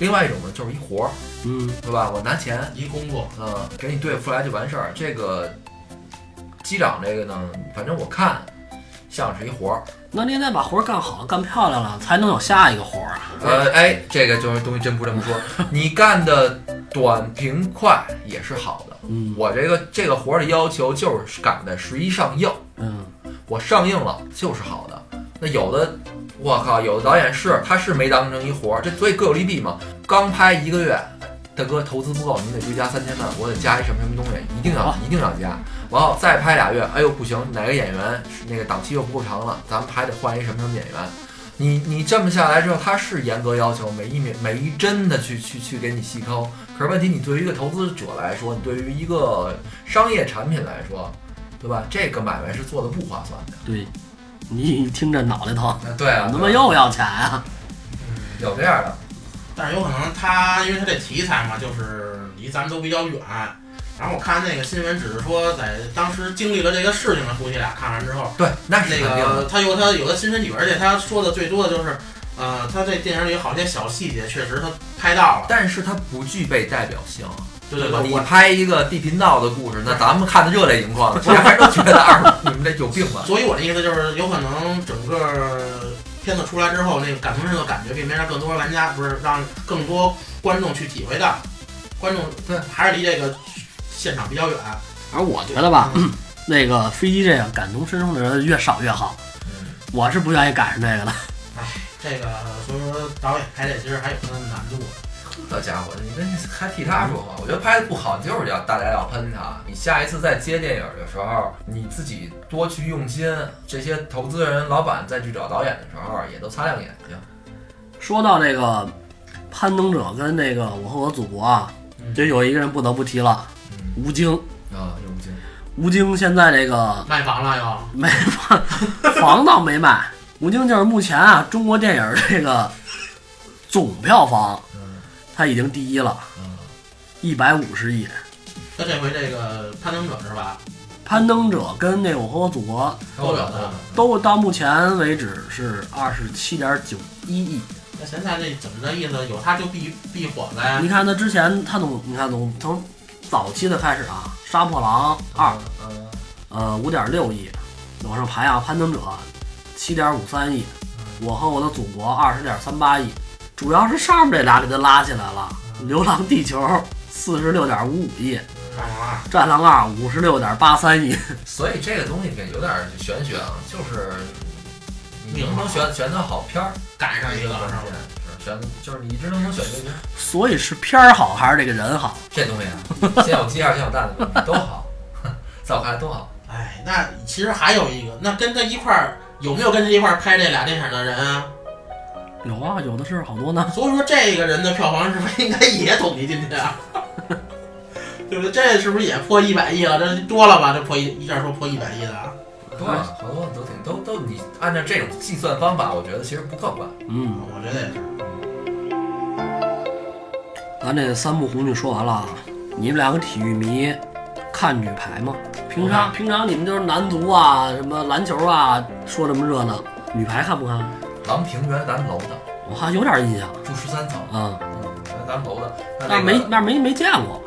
Speaker 1: 另外一种呢，就是一活儿，
Speaker 2: 嗯，
Speaker 1: 对吧？我拿钱，
Speaker 3: 一工作，
Speaker 1: 嗯，给你对付出来就完事儿。这个机长这个呢，反正我看像是一活儿。
Speaker 2: 那你也得把活儿干好了，干漂亮了，才能有下一个活儿啊。
Speaker 1: 呃，哎，这个就是东西真不这么说，你干的短平快也是好的。
Speaker 2: 嗯
Speaker 1: 我这个这个活儿的要求就是赶在十一上映，
Speaker 2: 嗯，
Speaker 1: 我上映了就是好的。那有的，我靠，有的导演是他是没当成一活儿，这所以各有利弊嘛。刚拍一个月，哎大哥投资不够，你得追加三千万，我得加一什么什么东西，一定要
Speaker 2: 好
Speaker 1: 一定要加。完后再拍俩月，哎呦不行，哪个演员那个档期又不够长了，咱们还得换一什么什么演员。你你这么下来之后，他是严格要求每一秒每一帧的去去去给你细抠，可是问题你对于一个投资者来说，你对于一个商业产品来说，对吧？这个买卖是做的不划算的。
Speaker 2: 对，你一听这脑袋疼，
Speaker 1: 嗯，对啊
Speaker 2: 怎么又要钱啊？
Speaker 3: 嗯，
Speaker 1: 有这样的？
Speaker 3: 但是有可能他因为他这题材嘛，就是离咱们都比较远。然后我看那个新闻，只是说在当时经历了这个事情的夫妻俩看完之后，
Speaker 1: 对，那是
Speaker 3: 那
Speaker 1: 肯定的。
Speaker 3: 个他有他有的亲身体会，而且他说的最多的就是，呃，他这电影里有好些小细节，确实他拍到了，
Speaker 1: 但是它不具备代表性，
Speaker 3: 对对
Speaker 1: 吧？
Speaker 3: 对，
Speaker 1: 你
Speaker 3: 我
Speaker 1: 拍一个地频道的故事，那咱们看的热泪盈眶的，其他人都觉得二你们这有病吧？
Speaker 3: 所以我的意思就是，有可能整个片子出来之后，那个感同身受的感觉，并没让更多玩家不是让更多观众去体会到，观众
Speaker 1: 对
Speaker 3: 还是离这个现场比较远。嗯
Speaker 2: 而我觉得
Speaker 1: 嗯
Speaker 2: 吧，那个飞机这样感同身受的人越少越好，我是不愿意赶上这个的。
Speaker 3: 这个所以说导演拍这其实还有它的难度的。
Speaker 1: 好家伙，你跟还替他说话，我觉得拍的不好就是要大家要喷他。你下一次再接电影的时候，你自己多去用心。这些投资人、老板再去找导演的时候，也都擦亮眼睛。
Speaker 2: 说到这个攀登者跟那个我和我祖国啊，就有一个人不得不提了，
Speaker 1: 嗯
Speaker 2: 吴京。
Speaker 1: 啊，用心。
Speaker 2: 吴京现在这个
Speaker 3: 卖房了又，
Speaker 2: 没房房倒没卖，吴京就是目前啊中国电影这个总票房，
Speaker 1: 嗯
Speaker 2: 他已经第一了，
Speaker 1: 嗯，
Speaker 2: 一百五十亿。
Speaker 3: 那这回这个攀登者是吧？
Speaker 2: 攀登者跟那我和我祖国
Speaker 1: 够了够了。
Speaker 2: 都到目前为止是二十七点九一亿。
Speaker 3: 那现在这怎么着意思？有它就必必火呗
Speaker 2: 你。看他之前，他从你看从从早期的开始啊，《杀破狼二》
Speaker 1: 嗯，
Speaker 2: 呃五点六亿，往上排啊，《攀登者》七点五三亿，《我和我的祖国》二十点三八亿，主要是上面这俩给他拉起来了，《流浪地球》四十六点五五亿，《
Speaker 3: 干嘛？
Speaker 2: 战狼二》五十六点八三亿，
Speaker 1: 所以这个东西得有点玄学啊，就是你
Speaker 3: 命
Speaker 1: 能不能选选到好片儿，
Speaker 3: 赶上一个
Speaker 1: 关
Speaker 3: 是吧？
Speaker 1: 键是选就是你一直能不能选对片儿。
Speaker 2: 所以是片儿好还是这个人好？
Speaker 1: 这东西啊，先有鸡还是先有蛋的问题都好，在我看来都 好。
Speaker 3: 哎，那其实还有一个，那跟他一块儿有没有跟他一块儿拍这俩电影的人啊？
Speaker 2: 有啊，有的是好多呢。
Speaker 3: 所以说这个人的票房是不是应该也统计进去啊？ 对不对？这是不是也破一百亿了？这多了吧？这破一一下说破一百亿的啊？
Speaker 1: 对，好多都挺都都，你按照这种计算方法，我觉得其实不客观。
Speaker 2: 嗯，
Speaker 3: 我觉得也是。
Speaker 2: 咱这三部红剧说完了，啊，你们两个体育迷看女排吗？平常平常你们就是男足啊，什么篮球啊，说这么热闹，女排看不看？
Speaker 1: 郎平原来咱们楼的，
Speaker 2: 我还有点印象
Speaker 1: 住十三层，
Speaker 2: 啊，
Speaker 1: 嗯，原来咱们楼的，那
Speaker 2: 但
Speaker 1: 那
Speaker 2: 是啊没那没没见过，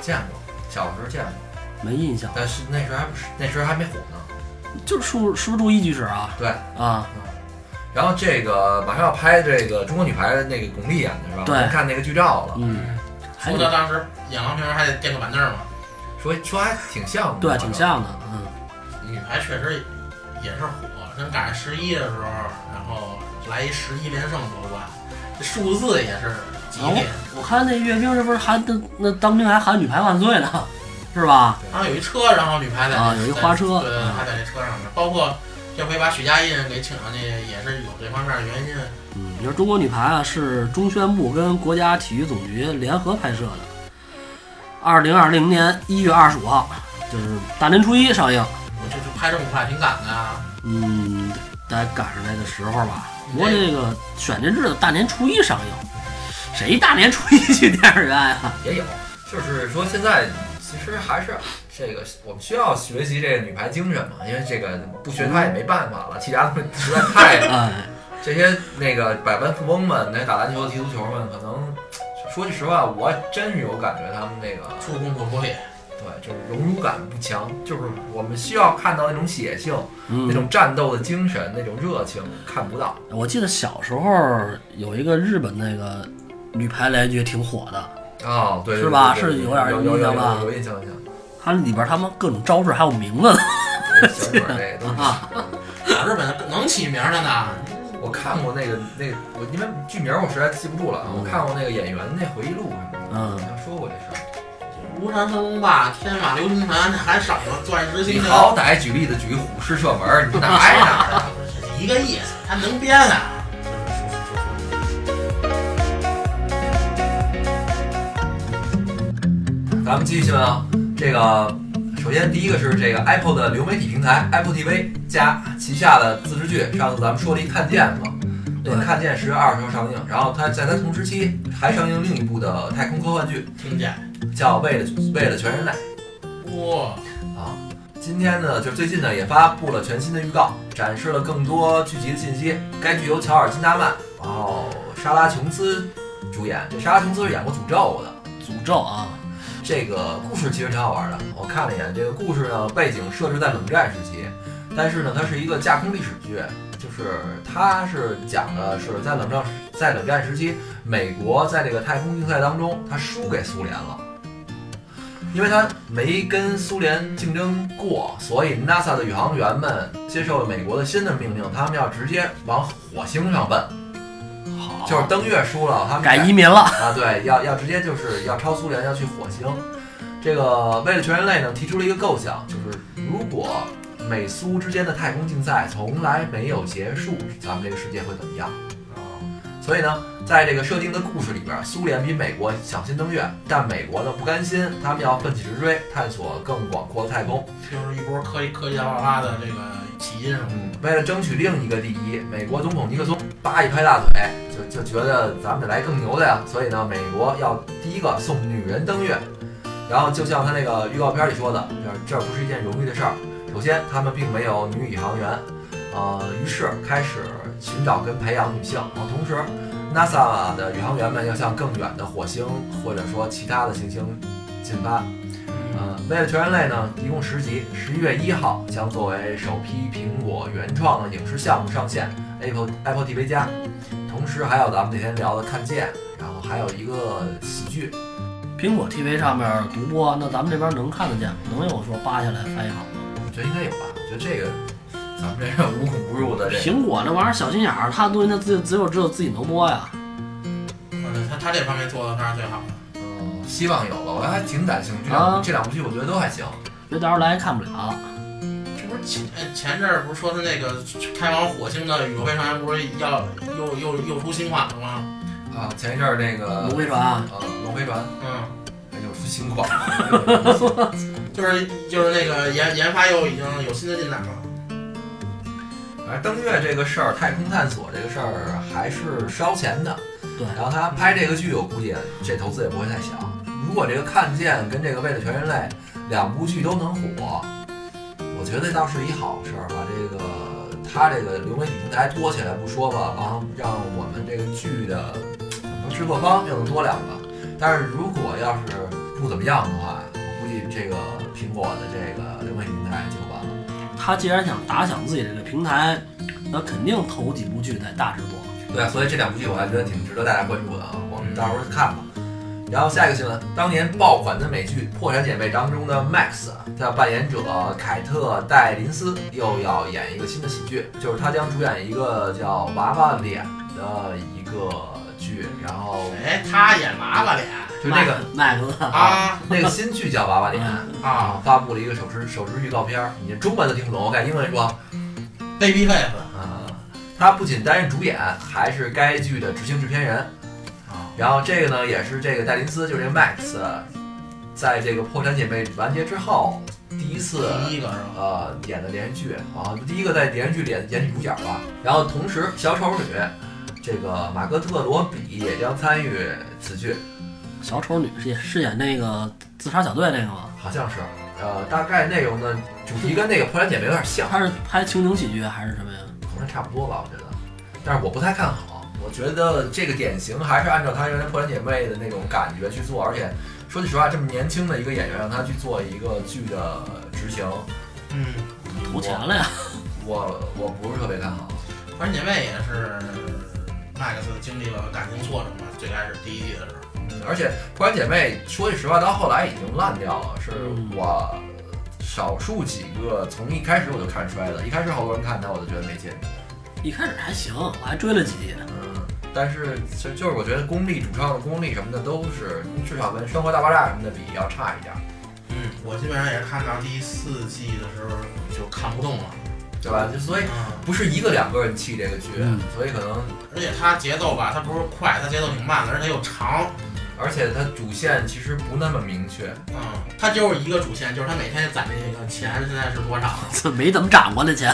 Speaker 1: 见过，小时候见过，
Speaker 2: 没印象。
Speaker 1: 但是那时候还不是那时候还没火呢。
Speaker 2: 就是输输入一举手啊
Speaker 1: 对，
Speaker 2: 啊，
Speaker 1: 然后这个马上要拍这个中国女排的那个巩俐演的是吧？
Speaker 2: 对
Speaker 1: 我看那个剧照了，
Speaker 2: 嗯，还
Speaker 3: 说
Speaker 2: 有
Speaker 3: 他当时演郎平还得垫个板凳嘛，
Speaker 1: 说说还挺像的，
Speaker 2: 对，挺像的，嗯，
Speaker 3: 女排确实也是火，真赶上十一的时候，然后来一十一连胜夺冠，这数字也是吉
Speaker 2: 哦
Speaker 3: 利。
Speaker 1: 嗯
Speaker 2: 我看那阅兵这不是还那那当兵还喊女排万岁呢，是吧？
Speaker 3: 然后有一车，然后女排在那
Speaker 2: 啊有一花车
Speaker 3: 对，
Speaker 2: 嗯
Speaker 3: 还在那车上面。包括这回把许家印给请上去，也是有这方面的原因。
Speaker 2: 嗯，你说中国女排啊，是中宣部跟国家体育总局联合拍摄的，二零二零年一月二十五号，就是大年初一上映，
Speaker 3: 我就就拍这么快，挺赶的啊。
Speaker 2: 嗯，得赶上那个时候吧。不过这个选这日子，大年初一上映，谁大年初一去电影院呀、
Speaker 1: 也有，就是说现在其实还是这个我们需要学
Speaker 2: 嗯
Speaker 1: 习这个女排精神嘛，因为这个不学她也没办法了，其他东西实在太
Speaker 2: 哎，
Speaker 1: 这些那个百万富翁们，那打篮球、踢足球们，可能说句实话，我真是有感觉他们那个
Speaker 3: 出工不贵，
Speaker 1: 对，就是荣辱感不强，就是我们需要看到那种血性、那
Speaker 2: 嗯，
Speaker 1: 种战斗的精神、那种热情，看不到。
Speaker 2: 我记得小时候有一个日本那个女排来一句挺火的，
Speaker 1: 哦，对，对
Speaker 2: 是吧
Speaker 1: 对对
Speaker 2: 是
Speaker 1: 对
Speaker 2: 有点
Speaker 1: 有有
Speaker 2: 印象
Speaker 1: 有
Speaker 2: 吧
Speaker 1: 有印象，有印象。
Speaker 2: 它里边他们各种招式还有名字呢。
Speaker 1: 小腿那个 东
Speaker 2: 啊
Speaker 1: 西，
Speaker 3: 小日本能起名的呢，
Speaker 1: 我看过那个那个，我因为剧名我实在记不住了，啊，我看过那个演员那回忆录什么的，
Speaker 2: 嗯
Speaker 1: 好像说过这事儿。
Speaker 3: 庐山分工吧，天马流星拳还少了钻石
Speaker 1: 你
Speaker 3: 星球，
Speaker 1: 好歹举例子举虎式射门，你哪挨哪儿啊？
Speaker 3: 一个意思，他能编啊。
Speaker 1: 咱们继续新闻啊，这个首先第一个是这个 Apple 的流媒体平台 Apple TV 加旗下的自制剧，上次咱们说了一《看见》嘛，
Speaker 2: 对
Speaker 1: 《看见》十月二十号上映，然后它在它同时期还上映另一部的太空科幻剧，
Speaker 3: 听见？
Speaker 1: 叫《为了为了全人类》。
Speaker 3: 哇，
Speaker 1: 啊。今天呢，就最近呢也发布了全新的预告，展示了更多剧集的信息。该剧由乔尔金达曼，然后莎拉琼斯主演。这莎拉琼斯是演过《诅咒》的。
Speaker 2: 诅咒啊，
Speaker 1: 这个故事其实挺好玩的，我看了一眼。这个故事呢，背景设置在冷战时期，但是呢，它是一个架空历史剧，就是它是讲的是在冷战在冷战时期，美国在这个太空竞赛当中，它输给苏联了，因为它没跟苏联竞争过，所以 NASA 的宇航员们接受了美国的新的命令，他们要直接往火星上奔，
Speaker 2: 好，
Speaker 1: 就是登月输了，他们
Speaker 2: 改移民了。
Speaker 1: 啊，对，要要直接就是要超苏联，要去火星。这个为了全人类呢，提出了一个构想，就是如果美苏之间的太空竞赛从来没有结束，咱们这个世界会怎么样？啊所以呢，在这个设定的故事里边，苏联比美国想先登月，但美国呢不甘心，他们要奋起直追，探索更广阔的太空。
Speaker 3: 就是一波科技科技大爆发的这个起因什么
Speaker 1: 嗯，为了争取另一个第一，美国总统尼克松叭一拍大腿，就就觉得咱们得来更牛的呀。所以呢，美国要第一个送女人登月。然后就像他那个预告片里说的，这这不是一件容易的事儿。首先，他们并没有女宇航员，呃，于是开始寻找跟培养女性。然后同时，NASA 的宇航员们要向更远的火星或者说其他的行星进发。呃，为了全人类呢，一共十集，十一月一号将作为首批苹果原创的影视项目上线 Apple Apple TV 加，同时还有咱们那天聊的《看见》，然后还有一个喜剧，
Speaker 2: 苹果 TV 上面独播，那咱们这边能看得见吗？能有说扒下来翻译好吗？
Speaker 1: 我觉得应该有吧。我觉得这个咱们这是无孔不入的这个，
Speaker 2: 苹果那玩意儿小心眼儿，它的东西它自只有只有自己能播呀。
Speaker 3: 的，反正他他这方面做的那是最好的。
Speaker 1: 嗯希望有吧。我还挺感兴趣，这两部、
Speaker 2: 啊
Speaker 1: 这两部剧我觉得都还行。
Speaker 2: 别到时候来看不了。
Speaker 3: 这不是前哎前阵儿不是说他那个开往火星的宇宙飞船不是要又又又出新款了吗？
Speaker 1: 啊，前一阵儿那个
Speaker 2: 龙飞船啊
Speaker 1: 呃，龙飞船
Speaker 3: 嗯，
Speaker 1: 哎呦出新 款，
Speaker 3: 就是就是那个研研发又已经有新的进展了。
Speaker 1: 反正登月这个事儿，太空探索这个事儿还是烧钱的。
Speaker 2: 对
Speaker 1: 然后他拍这个剧，我估计这投资也不会太小。如果这个《看见》跟这个《为了全人类》两部剧都能火，我觉得倒是一好事儿。把这个他这个流媒体平台多起来不说吧，然后让我们这个剧的呃制作方又能多两个。但是如果要是不怎么样的话，我估计这个苹果的这个流媒体平台就完了。
Speaker 2: 他既然想打响自己这个平台，那肯定头几部剧得大制作。
Speaker 1: 对啊，所以这两部剧我还觉得挺值得大家关注的啊，我们到时候看吧。然后下一个新闻，当年爆款的美剧《破产姐妹》当中的 Max 的扮演者凯特·戴琳斯又要演一个新的喜剧，就是她将主演一个叫《娃娃脸》的一个剧，然后
Speaker 3: 哎，他演娃娃脸
Speaker 1: 就那个
Speaker 2: 麦克斯，
Speaker 3: 啊
Speaker 1: 那个新剧叫《娃娃脸》
Speaker 3: 啊，
Speaker 1: 发布了一个首支首支预告片儿，你中文都听不懂，我改英文说
Speaker 3: 被逼 face
Speaker 1: 啊。他不仅担任主演，还是该剧的执行制片人。
Speaker 3: 啊，
Speaker 1: 然后这个呢，也是这个戴琳斯，就是这个 Max，在这个《破产姐妹》完结之后，第一次
Speaker 3: 第一个是吧？
Speaker 1: 呃演的连续剧，好像第一个在连续剧里演演女主角吧。然后同时，小丑女这个马格特罗比也将参与此剧，
Speaker 2: 小丑女是演是演那个自杀小队那个吗？
Speaker 1: 好像是。呃，大概内容呢，主题跟那个《破产姐妹》有点像，
Speaker 2: 他是拍情景喜剧还是什么呀？
Speaker 1: 可能差不多吧，我觉得。但是我不太看好。我觉得这个典型还是按照他原来《破产姐妹》的那种感觉去做，而且说句实话，这么年轻的一个演员让他去做一个剧的执行，
Speaker 3: 嗯，
Speaker 2: 投钱了呀，
Speaker 1: 我我不是特别看好。
Speaker 3: 反正姐妹也是 Max 经历了感情挫折嘛，最开始第一季的时候，
Speaker 1: 嗯，而且《破产姐妹》说句实话，到后来已经烂掉了，是
Speaker 2: 嗯
Speaker 1: 我少数几个从一开始我就看衰的。一开始好多人看他，我就觉得没劲。
Speaker 2: 一开始还行，我还追了几集。
Speaker 1: 嗯，但是就就是我觉得功力主唱的功力什么的都是至少跟《生活大爆炸》什么的比要差一点，
Speaker 3: 嗯，我基本上也是看到第四季的时候就看不动了，
Speaker 1: 对吧？就所以
Speaker 3: 嗯，
Speaker 1: 不是一个两个人气这个剧，
Speaker 2: 嗯
Speaker 1: 所以可能
Speaker 3: 而且它节奏吧，它不是快，它节奏挺慢的，而且它又长，
Speaker 1: 而且它主线其实不那么明确，
Speaker 3: 嗯，它就是一个主线，就是它每天攒那个钱现在是多少，
Speaker 2: 这没怎么涨过那钱。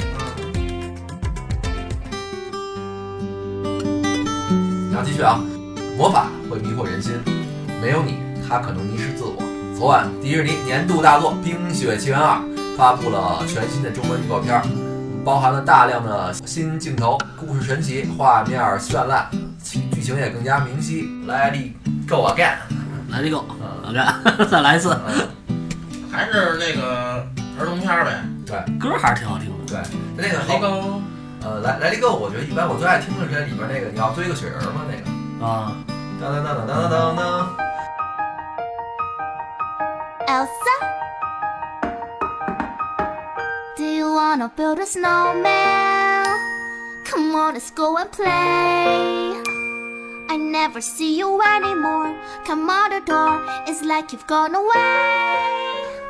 Speaker 3: 嗯，
Speaker 1: 然后继续啊，魔法会迷惑人心，没有你，他可能迷失自我。昨晚迪士尼年度大作《冰雪奇缘二》发布了全新的中文预告片儿，包含了大量的新镜头，故事神奇，画面绚烂，其剧情也更加明晰。Let it go again，
Speaker 2: 来这个，
Speaker 1: 嗯，
Speaker 2: 老干， 再来一次。
Speaker 3: 还是那个儿童片儿呗，
Speaker 2: 歌还是挺好听的。
Speaker 1: 对，那个
Speaker 3: 那
Speaker 1: 好，
Speaker 3: 个
Speaker 1: 呃，来来 it go，我觉得一般，我最爱听的是里边那个你要追个雪人嘛那个。
Speaker 2: 啊，
Speaker 1: 当当当当当当当。
Speaker 6: Elsa? Do you wanna build a snowman? Come on, let's go and play. I never see you anymore. Come out the door, it's like you've gone away.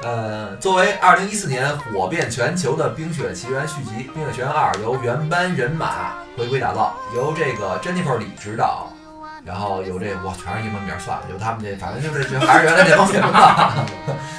Speaker 1: 呃，作为二零一四年火遍全球的《冰雪奇缘》续集，《冰雪奇缘二》由原班人马回归打造，由这个 Jennifer 李执导，然后由这哇全是英文名儿算了，由他们这反正就是这还是原来这帮人吧。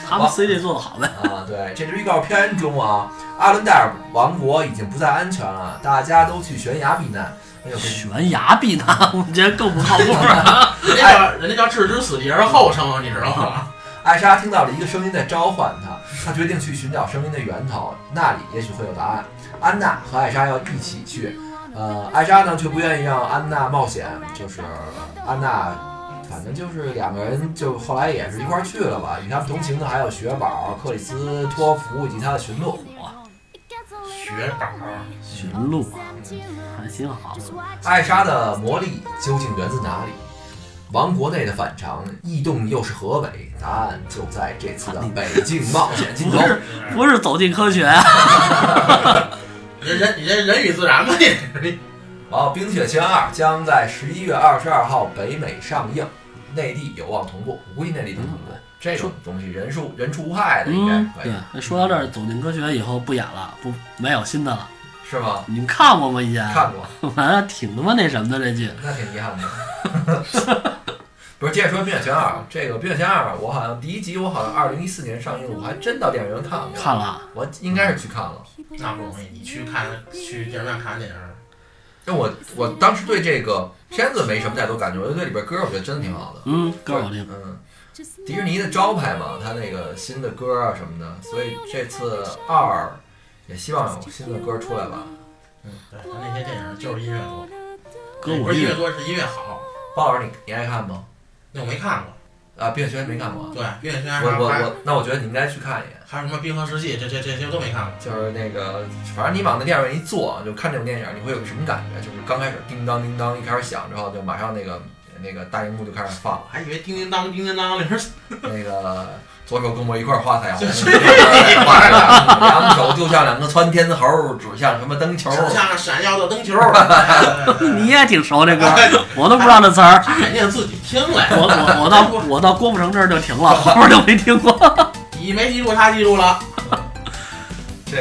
Speaker 2: 他们 CD 做的好呗。
Speaker 1: 啊，对，这支预告片中啊，阿伦戴尔王国已经不再安全了，大家都去悬崖避难。哎呦，这
Speaker 2: 悬崖避难，我觉得更不靠谱 啊。
Speaker 3: 人家叫人家叫置之死地而后生，你知道吗？
Speaker 1: 艾莎听到了一个声音在召唤她，她决定去寻找声音的源头，那里也许会有答案。安娜和艾莎要一起去，呃，艾莎呢却不愿意让安娜冒险，就是安娜，反正就是两个人就后来也是一块儿去了吧。与他们同行的还有雪宝、克里斯托弗以及他的驯鹿。
Speaker 3: 学长，
Speaker 2: 驯鹿啊还挺好。
Speaker 1: 艾莎的魔力究竟源自哪里？王国内的反常异动又是何为？答案就在这次的北境冒险镜头。
Speaker 2: 啊不是不是走进科学啊，
Speaker 3: 人人你这人与自然嘛，你你
Speaker 1: 好，《冰雪奇缘二》将在十一月二十二号北美上映，内地有望同步。我估计内地能同步。这种东西人数人畜无害的应该
Speaker 2: 嗯，
Speaker 1: 可以
Speaker 2: 对，，那说到这儿，走进科学以后不演了，不没有新的了。
Speaker 1: 是吗？
Speaker 2: 你们看过吗？以前
Speaker 1: 看过，
Speaker 2: 完了挺他妈那什么的这剧，
Speaker 1: 那挺遗憾的。 不是，接着说《冰雪奇缘二》这个《冰雪奇缘二》，我好像第一集我好像二零一四年上映，我还真到电影院看过。
Speaker 2: 看，了啊
Speaker 1: 我应该是去看了。
Speaker 3: 那不容易，你去看去电影院看电影，
Speaker 1: 因为我我当时对这个片子没什么太多感觉，我就对里边歌我觉得真的挺好的。
Speaker 2: 嗯，歌好听。
Speaker 1: 嗯，迪士尼的招牌嘛，它那个新的歌啊什么的，所以这次二也希望有新的歌出来吧。
Speaker 3: 嗯对，他那些电影就是音乐多，
Speaker 2: 歌
Speaker 3: 不
Speaker 2: 我
Speaker 3: 是音
Speaker 2: 记
Speaker 3: 乐
Speaker 2: 得
Speaker 3: 多是音乐好，
Speaker 1: 鲍老师，你你爱看吗？
Speaker 3: 那我没看过，
Speaker 1: 啊，《冰雪奇缘》没看过啊。
Speaker 3: 对，音乐学
Speaker 1: 我我
Speaker 3: 还
Speaker 1: 我，那我觉得你应该去看一眼。
Speaker 3: 还有什么《冰河世纪》这这这些都没看过，
Speaker 1: 就是那个，反正你往那电影院一坐，就看这种电影，你会有什么感觉？就是刚开始叮当叮当一开始响之后，就马上那个那个大荧幕就开始放了
Speaker 3: 我还以为叮叮当叮叮当里边儿
Speaker 1: 那个左手跟我一块儿画 彩虹，
Speaker 3: 就是
Speaker 1: 右手来画太阳 两手就像两个窜天猴，指向什么灯球？
Speaker 3: 指向了闪耀的灯球 儿，哎对对对对
Speaker 2: 你也挺熟这歌，我都不知道这词儿。
Speaker 3: 人家自己听来，
Speaker 2: 我我我到我到郭富城这儿就停了，后边就没听过。
Speaker 3: 你没记住，他记住了。
Speaker 1: 这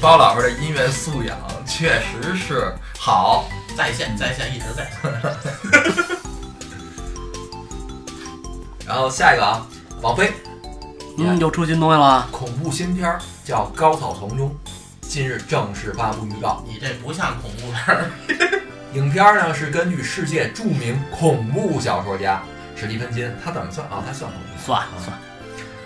Speaker 1: 包老师的音乐素养确实是好。
Speaker 3: 在线，在线，一直在线。
Speaker 1: 然后下一个啊，王菲
Speaker 2: 嗯，又出新东西了。
Speaker 1: 恐怖新片儿叫《高草丛中》，近日正式发布预告。
Speaker 3: 你这不像恐怖片儿，
Speaker 1: 影片儿呢是根据世界著名恐怖小说家史蒂芬金，他怎么算啊？他算恐怖
Speaker 2: 算了算了，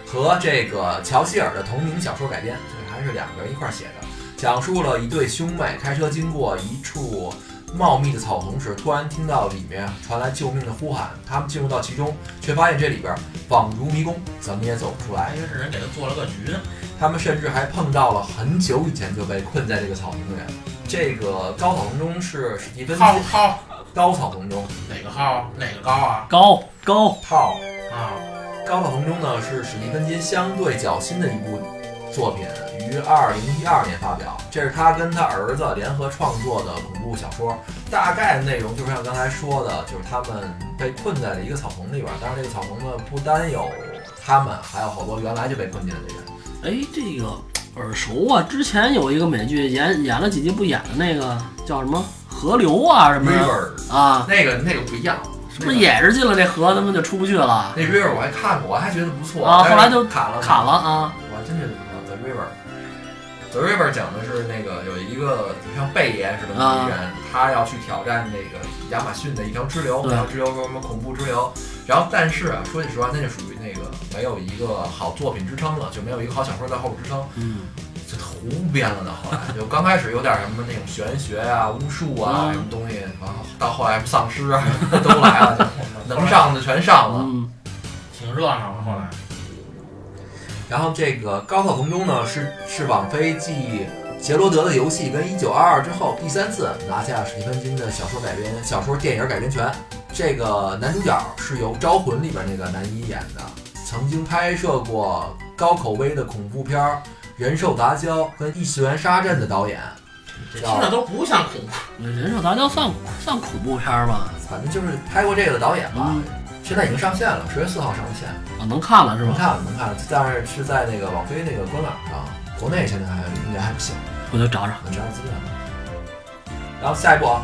Speaker 1: 和这个乔希尔的同名小说改编，就是还是两个人一块儿写的。讲述了一对兄妹开车经过一处茂密的草丛时，突然听到里面传来救命的呼喊。他们进入到其中，却发现这里边仿如迷宫，怎么也走不出来
Speaker 3: 还。以为是人给他做了个局呢。
Speaker 1: 他们甚至还碰到了很久以前就被困在这个草丛的人。这个高草丛中是史蒂芬
Speaker 3: 号号
Speaker 1: 高草丛中
Speaker 3: 哪个号哪个高啊？
Speaker 2: 高高，
Speaker 1: 套
Speaker 3: 啊，
Speaker 1: 高草丛中呢是史蒂芬金相对较新的一部作品，于二零一二年发表。这是他跟他儿子联合创作的恐怖小说，大概的内容就是像刚才说的，就是他们被困在了一个草丛里边，但是这个草丛呢不单有他们，还有好多原来就被困进来的人。
Speaker 2: 哎，这个耳熟啊！之前有一个美剧演演了几集，不演的那个叫什么河流啊什么的
Speaker 1: River
Speaker 2: 啊，
Speaker 1: 那个那个不一样，
Speaker 2: 是不是也是进了这河，他们就出不去了，
Speaker 1: 那 River 我还看过，我还觉得不错
Speaker 2: 啊
Speaker 1: 但是
Speaker 2: 后来就
Speaker 1: 砍了
Speaker 2: 砍了，啊
Speaker 1: 我还真觉得不错。The River。The River 讲的是那个有一个就像贝爷似的
Speaker 2: 啊
Speaker 1: 那么一人，他要去挑战那个亚马逊的一条支流，
Speaker 2: 对
Speaker 1: 那条支流说什么恐怖支流。然后但是啊，说句实话，那就属于那个没有一个好作品支撑了，就没有一个好小说在后边支撑，
Speaker 2: 嗯，
Speaker 1: 就胡编了呢。后来就刚开始有点什么那种玄学啊、巫术啊
Speaker 2: 嗯
Speaker 1: 什么东西，然后到后来丧尸啊都来了，就能上的全上了。
Speaker 2: 嗯，
Speaker 3: 挺热闹的。后来
Speaker 1: 然后这个《高考丛中》呢，是是网飞继《杰呃罗德的游戏》跟《一九二二》之后第三次拿下史蒂芬金的小说改编、小说电影改编权。这个男主角是由《招魂》里边那个男一演的，曾经拍摄过高口碑的恐怖片儿《人兽杂交》跟《异次元杀阵》的导演，
Speaker 3: 这
Speaker 1: 叫
Speaker 3: 听着都不像恐怖，
Speaker 2: 人兽杂交算算恐怖片吧？
Speaker 1: 反正就是拍过这个的导演吧
Speaker 2: 嗯。
Speaker 1: 现在已经上线了，十月四号上线，
Speaker 2: 啊，能看了是
Speaker 1: 能
Speaker 2: 吧？
Speaker 1: 看了能看了，但是是在那个网飞那个官网上，国内现在还应该还不行。
Speaker 2: 我就找找。
Speaker 1: 能查资料。然后下一步啊，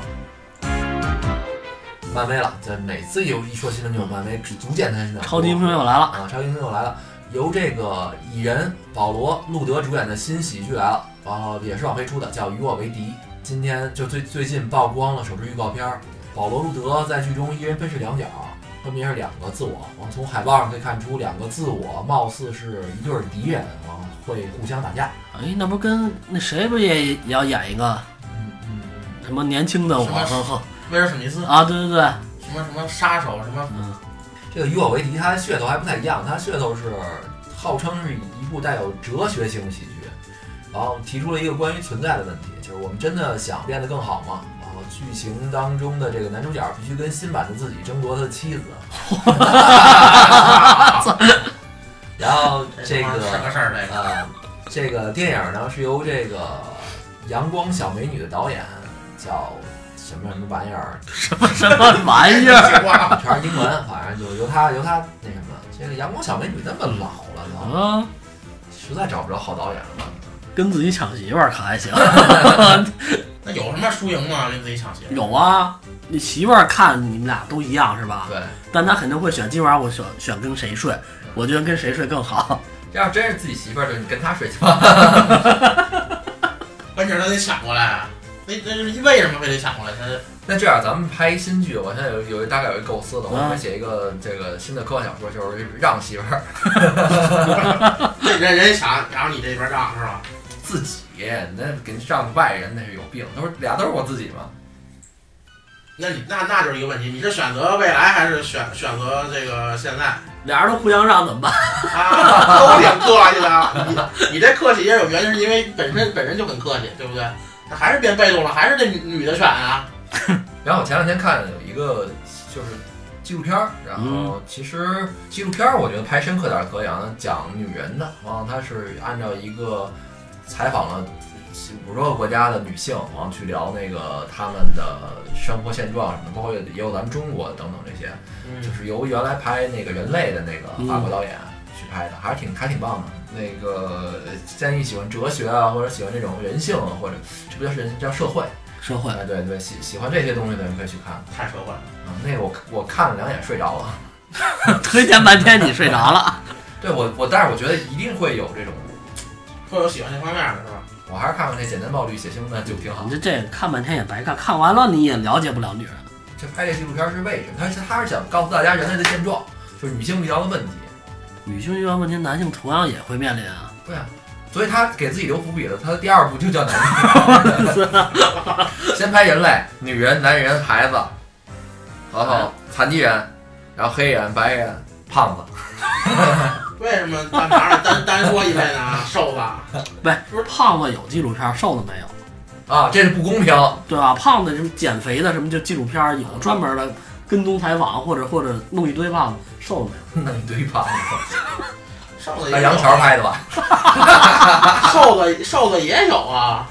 Speaker 1: 漫威了，这每次有一说新闻就有漫威，足见它是
Speaker 2: 超级英雄又来了，
Speaker 1: 啊，超级英雄又来了。由这个蚁人保罗·路德主演的新喜剧来了，然后也是网飞出的，叫《与我为敌》。今天就最最近曝光了首支预告片儿，保罗·路德在剧中一人分饰两角，分别是两个自我。我们从海报上可以看出，两个自我貌似是一对儿敌人啊，会互相打架。
Speaker 2: 哎，那不跟那谁不也也要演一个
Speaker 1: 嗯嗯。
Speaker 2: 什么年轻的我
Speaker 3: 什么
Speaker 2: 呵呵
Speaker 3: 威尔史密斯
Speaker 2: 啊？对对对，
Speaker 3: 什么什么杀手什么，
Speaker 2: 嗯，
Speaker 1: 这个《与我为敌》它噱头还不太一样，它噱头是号称是一部带有哲学性的喜剧，然后提出了一个关于存在的问题，就是我们真的想变得更好吗？然后剧情当中的这个男主角必须跟新版的自己争夺他的妻子，然后这
Speaker 3: 他妈是
Speaker 1: 个
Speaker 3: 个事儿，这个
Speaker 1: 呃，这个电影呢是由这个《阳光小美女》的导演叫什么什么玩意儿
Speaker 2: 什么 什么
Speaker 1: 哎
Speaker 2: 玩意 儿？
Speaker 3: 儿
Speaker 1: 全是英文，反正就由他由他那什么，这个《阳光小美女》那么老了呢。
Speaker 2: 啊，
Speaker 1: 实在找不着好导演了吧？
Speaker 2: 跟自己抢媳妇儿可还行？
Speaker 3: 那有什么输赢吗？跟自己抢鞋。
Speaker 2: 有啊，你媳妇儿看你们俩都一样是吧？
Speaker 1: 对，
Speaker 2: 但她肯定会选今晚我选选跟谁睡，我觉得跟谁睡更好。
Speaker 1: 这要真是自己媳妇儿，就你跟她睡觉。
Speaker 3: 关键他得抢过来，那那是为什么非得抢过来？他
Speaker 1: 那这样，咱们拍一新剧，我现在有有一大概有一构思了，我
Speaker 2: 嗯
Speaker 1: 准备写一个这个新的科幻小说，就是让媳妇儿
Speaker 3: 这人人抢，然后你这边让是吧？
Speaker 1: 自己，那给让外人那是有病，都是俩都是我自己嘛。
Speaker 3: 那你那那就是一个问题，你是选择未来还是选选择这个现在
Speaker 2: 俩人都互相让怎么办？
Speaker 3: 啊？都挺客气的啊，你你这客气也有原因，是因为本身本身就很客气，对不对？那还是变被动了，还是这女女的选啊？
Speaker 1: 然后我前两天看有一个就是纪录片儿，然后其实纪录片儿我觉得拍深刻点儿可以啊，讲女人的，然后它是按照一个采访了五十多个国家的女性，然后去聊那个她们的生活现状什么的，包括也有咱们中国等等这些，就
Speaker 3: 嗯，
Speaker 1: 是由原来拍那个人类的那个法国导演去拍的，还是挺还挺棒的。那个建议喜欢哲学啊，或者喜欢这种人性啊，或者这不叫是人性叫社会，
Speaker 2: 社会
Speaker 1: 哎对对，喜喜欢这些东西的人可以去看。
Speaker 3: 太社会了。
Speaker 1: 啊，那个我我看了两眼睡着了。
Speaker 2: 推荐半天你睡着了，
Speaker 1: 对我我，但是我觉得一定会有这种，
Speaker 3: 会有喜欢这方面的是吧？
Speaker 1: 我还是看看这《简单暴力血腥》的就挺好
Speaker 2: 你。这这看半天也白看，看完了你也了解不了女人。
Speaker 1: 这拍这纪录片是为什么？他是他是想告诉大家人类的现状，就是女性遇到的问题。
Speaker 2: 女性遇到问题，男性同样也会面临啊。
Speaker 1: 对啊，所以他给自己留伏笔了，他的第二部就叫男女。先拍人类，女人、男人、孩子，然后残疾人，然后黑人、白人、胖子，
Speaker 3: 为什么咱拿着单单说一位呢？啊瘦子，
Speaker 2: 不是，不是胖子有纪录片，瘦子没有，
Speaker 1: 啊，这是不公平。
Speaker 2: 对吧？胖子什么减肥的什么就纪录片有专门的跟踪采访，或者或者弄一堆胖子，瘦子没有。
Speaker 1: 那一堆胖子，
Speaker 3: 瘦子也
Speaker 1: 那
Speaker 3: 有
Speaker 1: 杨桥拍的吧？
Speaker 3: 瘦子瘦子也有啊。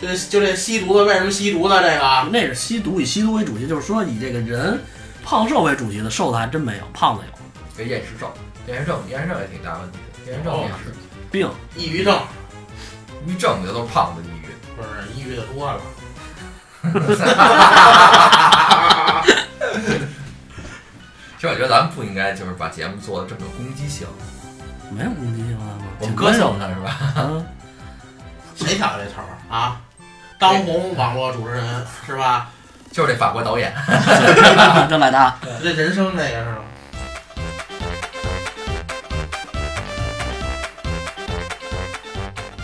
Speaker 3: 这就这吸毒的，为什么吸毒的这个？
Speaker 2: 啊那是吸毒，以吸毒为主题，就是说以这个人胖瘦为主题的，瘦的还真没有，胖子有
Speaker 1: 这厌食症，厌食症，厌食症也挺大问题的。厌食症也是，
Speaker 2: 病。
Speaker 3: 抑郁症
Speaker 1: 抑郁症就都是胖子抑郁。
Speaker 3: 不是抑郁的多了。
Speaker 1: 其实我觉得咱们不应该就是把节目做的这么有攻击性，
Speaker 2: 没有攻击性啊，
Speaker 1: 我们
Speaker 2: 挺
Speaker 1: 歌
Speaker 2: 温柔
Speaker 1: 颂他是吧？
Speaker 2: 的啊。
Speaker 3: 谁挑的这头儿啊？当红网络主持人是吧？
Speaker 1: 就是这法国导演，
Speaker 2: 就赖他。
Speaker 3: 这人生这个是吗？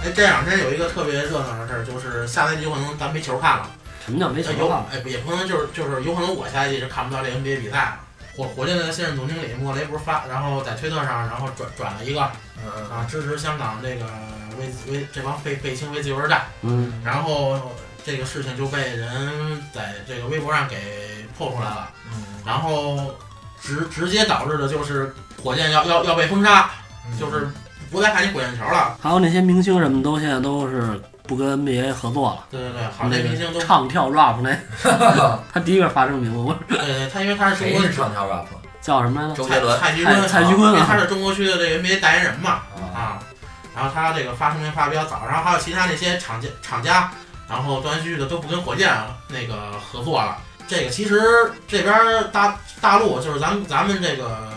Speaker 3: 哎，这两天有一个特别热闹的事儿，就是下赛季有可能咱没球看了，
Speaker 2: 什么叫没球啊
Speaker 3: 有
Speaker 2: 了？
Speaker 3: 哎也不能就是就是有可能我下赛季是看不到这 NBA 比赛了。火火箭的现任总经理莫雷不是发，然后在推特上，然后转转了一个
Speaker 1: 嗯，
Speaker 3: 啊支持香港这个为为这帮被被清为自由人战。
Speaker 2: 嗯，
Speaker 3: 然后这个事情就被人在这个微博上给破出来了，然后直直接导致的就是火箭要要要被封杀，
Speaker 1: 嗯
Speaker 3: 就是不再看你火箭球了。
Speaker 2: 还有那些明星什么都现在都是不跟 NBA 合作了。
Speaker 3: 对对对，好
Speaker 2: 啊那
Speaker 3: 些明星都
Speaker 2: 个唱跳 rap 那，他第一个发声明，我
Speaker 3: 对对，呃他因为他是中
Speaker 1: 谁
Speaker 3: 国
Speaker 1: 是唱跳 rap？
Speaker 2: 叫什么来着？
Speaker 1: 周杰伦
Speaker 3: 蔡徐坤，
Speaker 2: 蔡蔡徐
Speaker 3: 因
Speaker 2: 坤
Speaker 3: 为他
Speaker 2: 啊，
Speaker 3: 是中国区的这个 NBA 代言人嘛
Speaker 1: 啊，
Speaker 3: 啊，然后他这个发声明发得比较早，然后还有其他那些厂家厂家，然后断断续续的都不跟火箭那个合作了。这个其实这边儿大大陆就是咱们咱们这个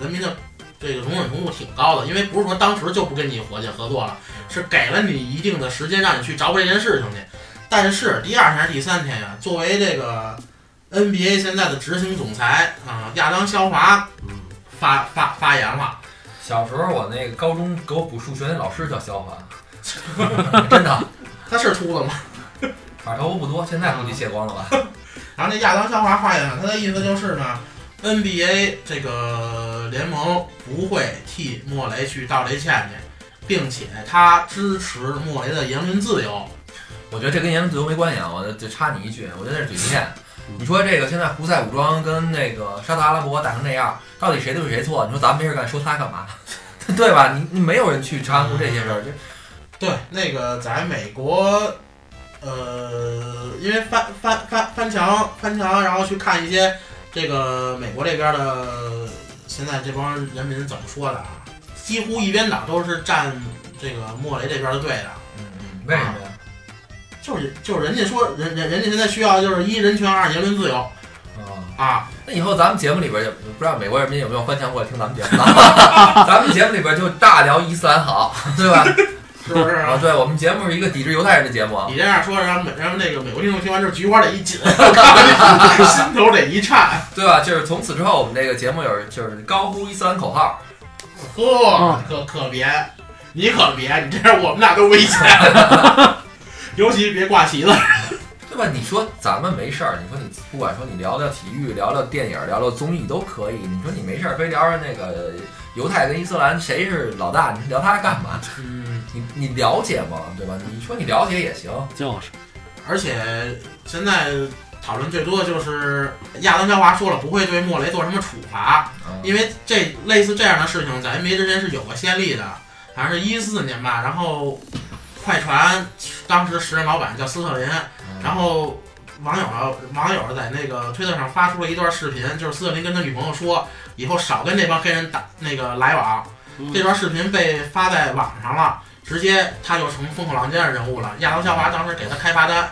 Speaker 3: 人民的这个容忍程度挺高的，因为不是说当时就不跟你火箭合作了，是给了你一定的时间让你去找补这件事情去。但是第二天还是第三天呀、作为这个 NBA 现在的执行总裁啊、亚当肖华
Speaker 2: 嗯
Speaker 3: 发发发言了，
Speaker 1: 小时候我那个高中给我补数学那老师叫肖华， 真的，啊
Speaker 3: 他是秃子吗？
Speaker 1: 反正头发不多，现在估计卸光了吧？
Speaker 3: 然后那亚当肖华发言了，他的意思就是呢，NBA 这个联盟不会替莫雷去道雷歉去，并且他支持莫雷的言论自由。
Speaker 1: 我觉得这跟言论自由没关系啊，我就插你一句，我觉得这是嘴贱。你说这个现在胡塞武装跟那个沙特阿拉伯打成这样，到底谁对谁错？你说咱们没事干说他干嘛？ 对吧？你你没有人去掺和这些事儿，这
Speaker 3: 对，那个在美国，呃，因为翻翻翻翻墙翻墙，然后去看一些这个美国这边的现在这帮人民怎么说的啊，几乎一边倒都是站这个莫雷这边的啊队的。
Speaker 1: 嗯，为什么呀？
Speaker 3: 就是就是人家说人人人家现在需要就是一人权二言论自由
Speaker 1: 啊。
Speaker 3: 啊，
Speaker 1: 那以后咱们节目里边就不知道美国人民有没有翻墙过来听咱们节目了， 咱们节目里边就大聊一四安好，对吧？
Speaker 3: 是不是
Speaker 1: 啊，
Speaker 3: 啊？
Speaker 1: 对，我们节目是一个抵制犹太人的节目啊。
Speaker 3: 你这样说，然后美然后那个美国听众听完之后，菊花得一 紧，心头得一颤，
Speaker 1: 对吧？就是从此之后，我们这个节目有就是高呼伊斯兰口号，
Speaker 3: 呵
Speaker 2: 嗯，
Speaker 3: 可可别，你可别，你这样我们俩都危险， 尤其别挂旗子。
Speaker 1: 对吧？你说咱们没事儿，你说你不管说你聊聊体育、聊聊电影、聊聊综艺都可以，你说你没事儿非聊聊那个犹太跟伊斯兰谁是老大，你聊他干嘛？
Speaker 3: 嗯，
Speaker 1: 你你了解吗？对吧？你说你了解也行，
Speaker 2: 就是
Speaker 3: 而且现在讨论最多的就是亚当肖华说了不会对莫雷做什么处罚，
Speaker 1: 嗯
Speaker 3: 因为这类似这样的事情在 NBA 之前是有过先例的，好像是一四年吧。然后快船当时时任老板叫斯特林，
Speaker 1: 嗯
Speaker 3: 然后网友网友在那个推特上发出了一段视频，就是斯特林跟他女朋友说，以后少跟这帮黑人打那个来往。
Speaker 2: 嗯
Speaker 3: 这段视频被发在网上了，直接他就成风口浪尖的人物了。亚当肖华当时给他开罚单，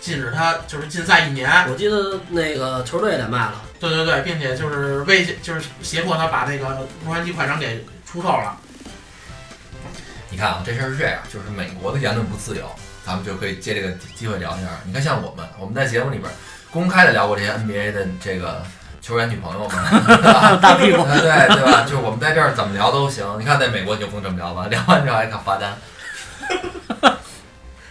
Speaker 3: 禁止他就是禁赛一年。
Speaker 2: 我记得那个球队也得卖了，
Speaker 3: 对对对，并且就是威胁，就是胁迫他把那个洛杉矶快船给出售了。
Speaker 1: 你看啊，这事儿是这样，就是美国的言论不自由，咱们就可以借这个机会聊一下。你看，像我们，我们在节目里边公开的聊过这些 NBA 的这个球员女朋友嘛，
Speaker 2: 大屁股。
Speaker 1: 对对吧？就是我们在这儿怎么聊都行。你看在美国你就不能这么聊吧，聊完之后还看罚单。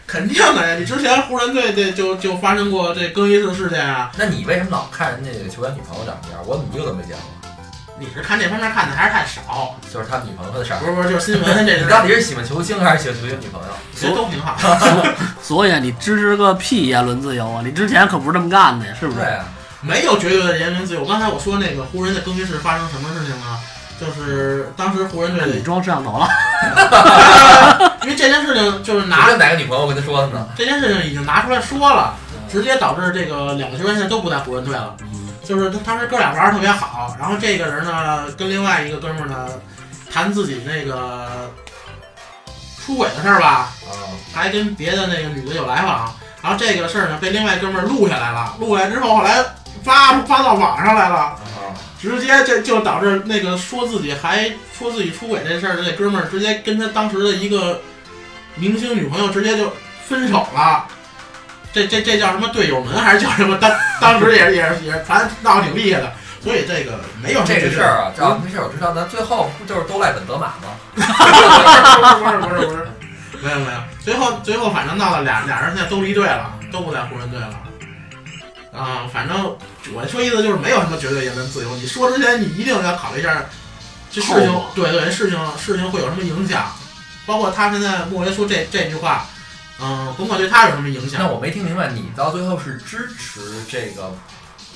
Speaker 3: 肯定的呀！你之前湖人队这就就发生过这更衣室事件啊，
Speaker 1: 那你为什么老看人家球员女朋友长什么样？我怎么一个都没见过？
Speaker 3: 你是看这方面看的还是太少？
Speaker 1: 就是他女朋友的事儿
Speaker 3: 不。是不是，就是新闻这
Speaker 1: 你
Speaker 3: 是，
Speaker 1: 到底是喜啊欢球星还是喜欢球星女 朋友？
Speaker 3: 其实都挺好。
Speaker 2: 所以啊你支持个屁言论自由啊！你之前可不是这么干的，呀，是不
Speaker 1: 对
Speaker 2: 是？
Speaker 1: 啊，
Speaker 3: 没有绝对的言论自由。刚才我说那个湖人的更衣室发生什么事情呢？就是当时湖人
Speaker 2: 那
Speaker 3: 队
Speaker 2: 你装摄像头了？
Speaker 3: 的，因为这件事情就是
Speaker 1: 哪
Speaker 3: 拿
Speaker 1: 有哪个女朋友跟他说的呢？
Speaker 3: 这件事情已经拿出来说了，直接导致这个两个球员现在都不在湖人队了。
Speaker 2: 嗯，
Speaker 3: 就是他当时哥俩玩的特别好，然后这个人呢跟另外一个哥们儿呢谈自己那个出轨的事儿吧，
Speaker 1: 啊，
Speaker 3: 还跟别的那个女的有来往，然后这个事儿呢被另外哥们儿录下来了，录下来之后后来发发到网上来了。
Speaker 1: 啊
Speaker 3: 直接这就导致那个说自己还说自己出轨这事儿的那哥们儿，直接跟他当时的一个明星女朋友直接就分手了。这这这叫什么队友门还是叫什么？当当时也是也是也是传闹挺厉害的，所以这个没有
Speaker 1: 这个事儿啊，
Speaker 3: 这
Speaker 1: 这要没事儿我知道，咱最后不就是都赖本泽马吗？
Speaker 3: 不是不是不是不是，没有没有，最后最后反正闹了俩俩人现在都离队了，都不在湖人队了。啊、反正我说意思就是没有什么绝对言论自由，你说之前你一定要考虑一下这事情
Speaker 2: 后果，
Speaker 3: 对对，事情事情会有什么影响，包括他现在莫言说这这句话，嗯、甭管对他有什么影响
Speaker 1: 那。我没听明白，你到最后是支持这个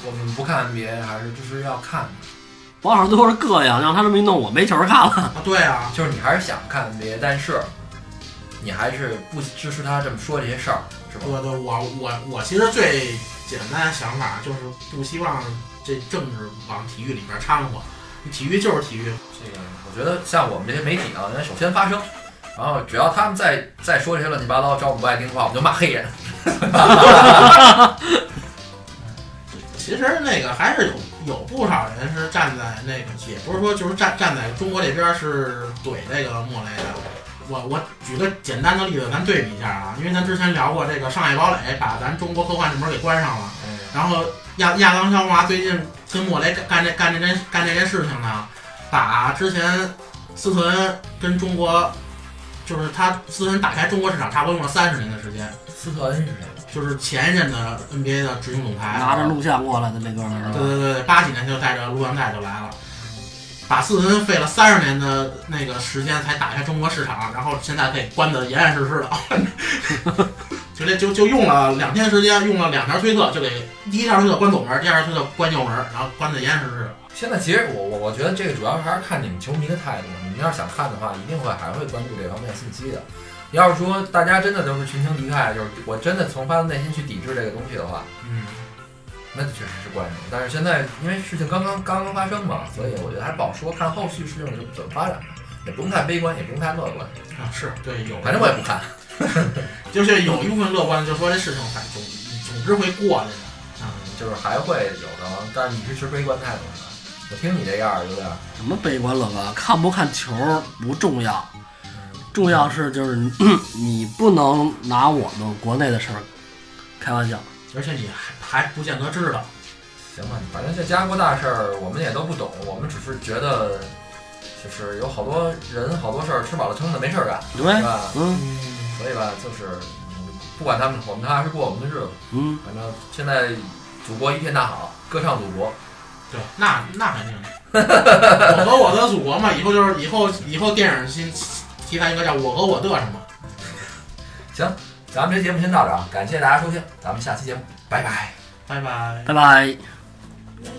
Speaker 1: 我们不看 NBA，还是就是要看？
Speaker 2: 网上都是膈应，让他这么一弄，我没球看了。
Speaker 3: 啊，对啊，
Speaker 1: 就是你还是想看 NBA，但是你还是不支持他这么说这些事儿，是吧？
Speaker 3: 我的我我我其实最简单的想法就是不希望这政治往体育里边掺和，体育就是体育，
Speaker 1: 这个我觉得像我们这些媒体啊，那首先发声，然后只要他们再再说这些乱七八糟，只要我们不爱听的话，我们就骂黑人。
Speaker 3: 其实那个还是有有不少人是站在那个，也不是说就是站站在中国这边是怼这个莫雷的。我我举个简单的例子，咱对比一下啊，因为咱之前聊过这个上海堡垒把咱中国科幻这门给关上了，然后亚亚当肖华最近跟莫雷干这干这件干这件事情呢，把之前斯特恩跟中国，就是他斯特恩打开中国市场差不多用了三十年的时间，
Speaker 1: 斯特恩是谁？
Speaker 3: 就是前任的 NBA 的执行总裁，
Speaker 2: 拿着录像过来的那哥们
Speaker 1: 啊
Speaker 2: 儿是
Speaker 3: 对
Speaker 2: 吧？
Speaker 3: 对对，对八几年就带着录像带就来了，把四文费了三十年的那个时间才打开中国市场，然后现在给关得严严实实的， 就这就就用了两天时间，用了两条推特，就给第一条推特关左门，第二条推特关右门，然后关得严严实实的。
Speaker 1: 现在其实我我我觉得这个主要还是看你们球迷的态度，你们要是想看的话，一定会还会关注这方面信息的。要是说大家真的都是群情敌忾，就是我真的从发自内心去抵制这个东西的话，
Speaker 3: 嗯，
Speaker 1: 那确实是关注。但是现在因为事情刚刚刚刚发生嘛，所以我觉得还不好说，看后续事情怎么怎么发展吧，也不用太悲观，也不用太乐观，
Speaker 3: 啊是对有，
Speaker 1: 反正我也不看。
Speaker 3: 就是有一部分乐观，就说这事情反正总总之会过去的。
Speaker 1: 嗯，就是还会有的，但是你是持悲观态度是吧？我听你这样儿有点儿，
Speaker 2: 什么悲观乐观，看不看球不重要，重要是就是你 你不能拿我们国内的事儿开玩笑。
Speaker 3: 而且你还还不见得知道，
Speaker 1: 行吧，反正这家国大事儿我们也都不懂，我们只是觉得，就是有好多人好多事儿吃饱了撑的没事儿干，
Speaker 2: 对
Speaker 1: 是，
Speaker 3: 啊
Speaker 1: 吧？
Speaker 2: 嗯
Speaker 3: 嗯，
Speaker 1: 所以吧，就是嗯不管他们，我们踏踏实实过我们的日子。
Speaker 2: 嗯，
Speaker 1: 反正现在祖国一片大好，歌唱祖国。
Speaker 3: 对，那那 肯定。我和我的祖国嘛，以后就是以后以后电影新题材应该叫我和我的什么？
Speaker 1: 咱们这节目先到这儿啊，感谢大家收听，咱们下期节目拜拜。
Speaker 3: 拜拜。
Speaker 2: 拜拜。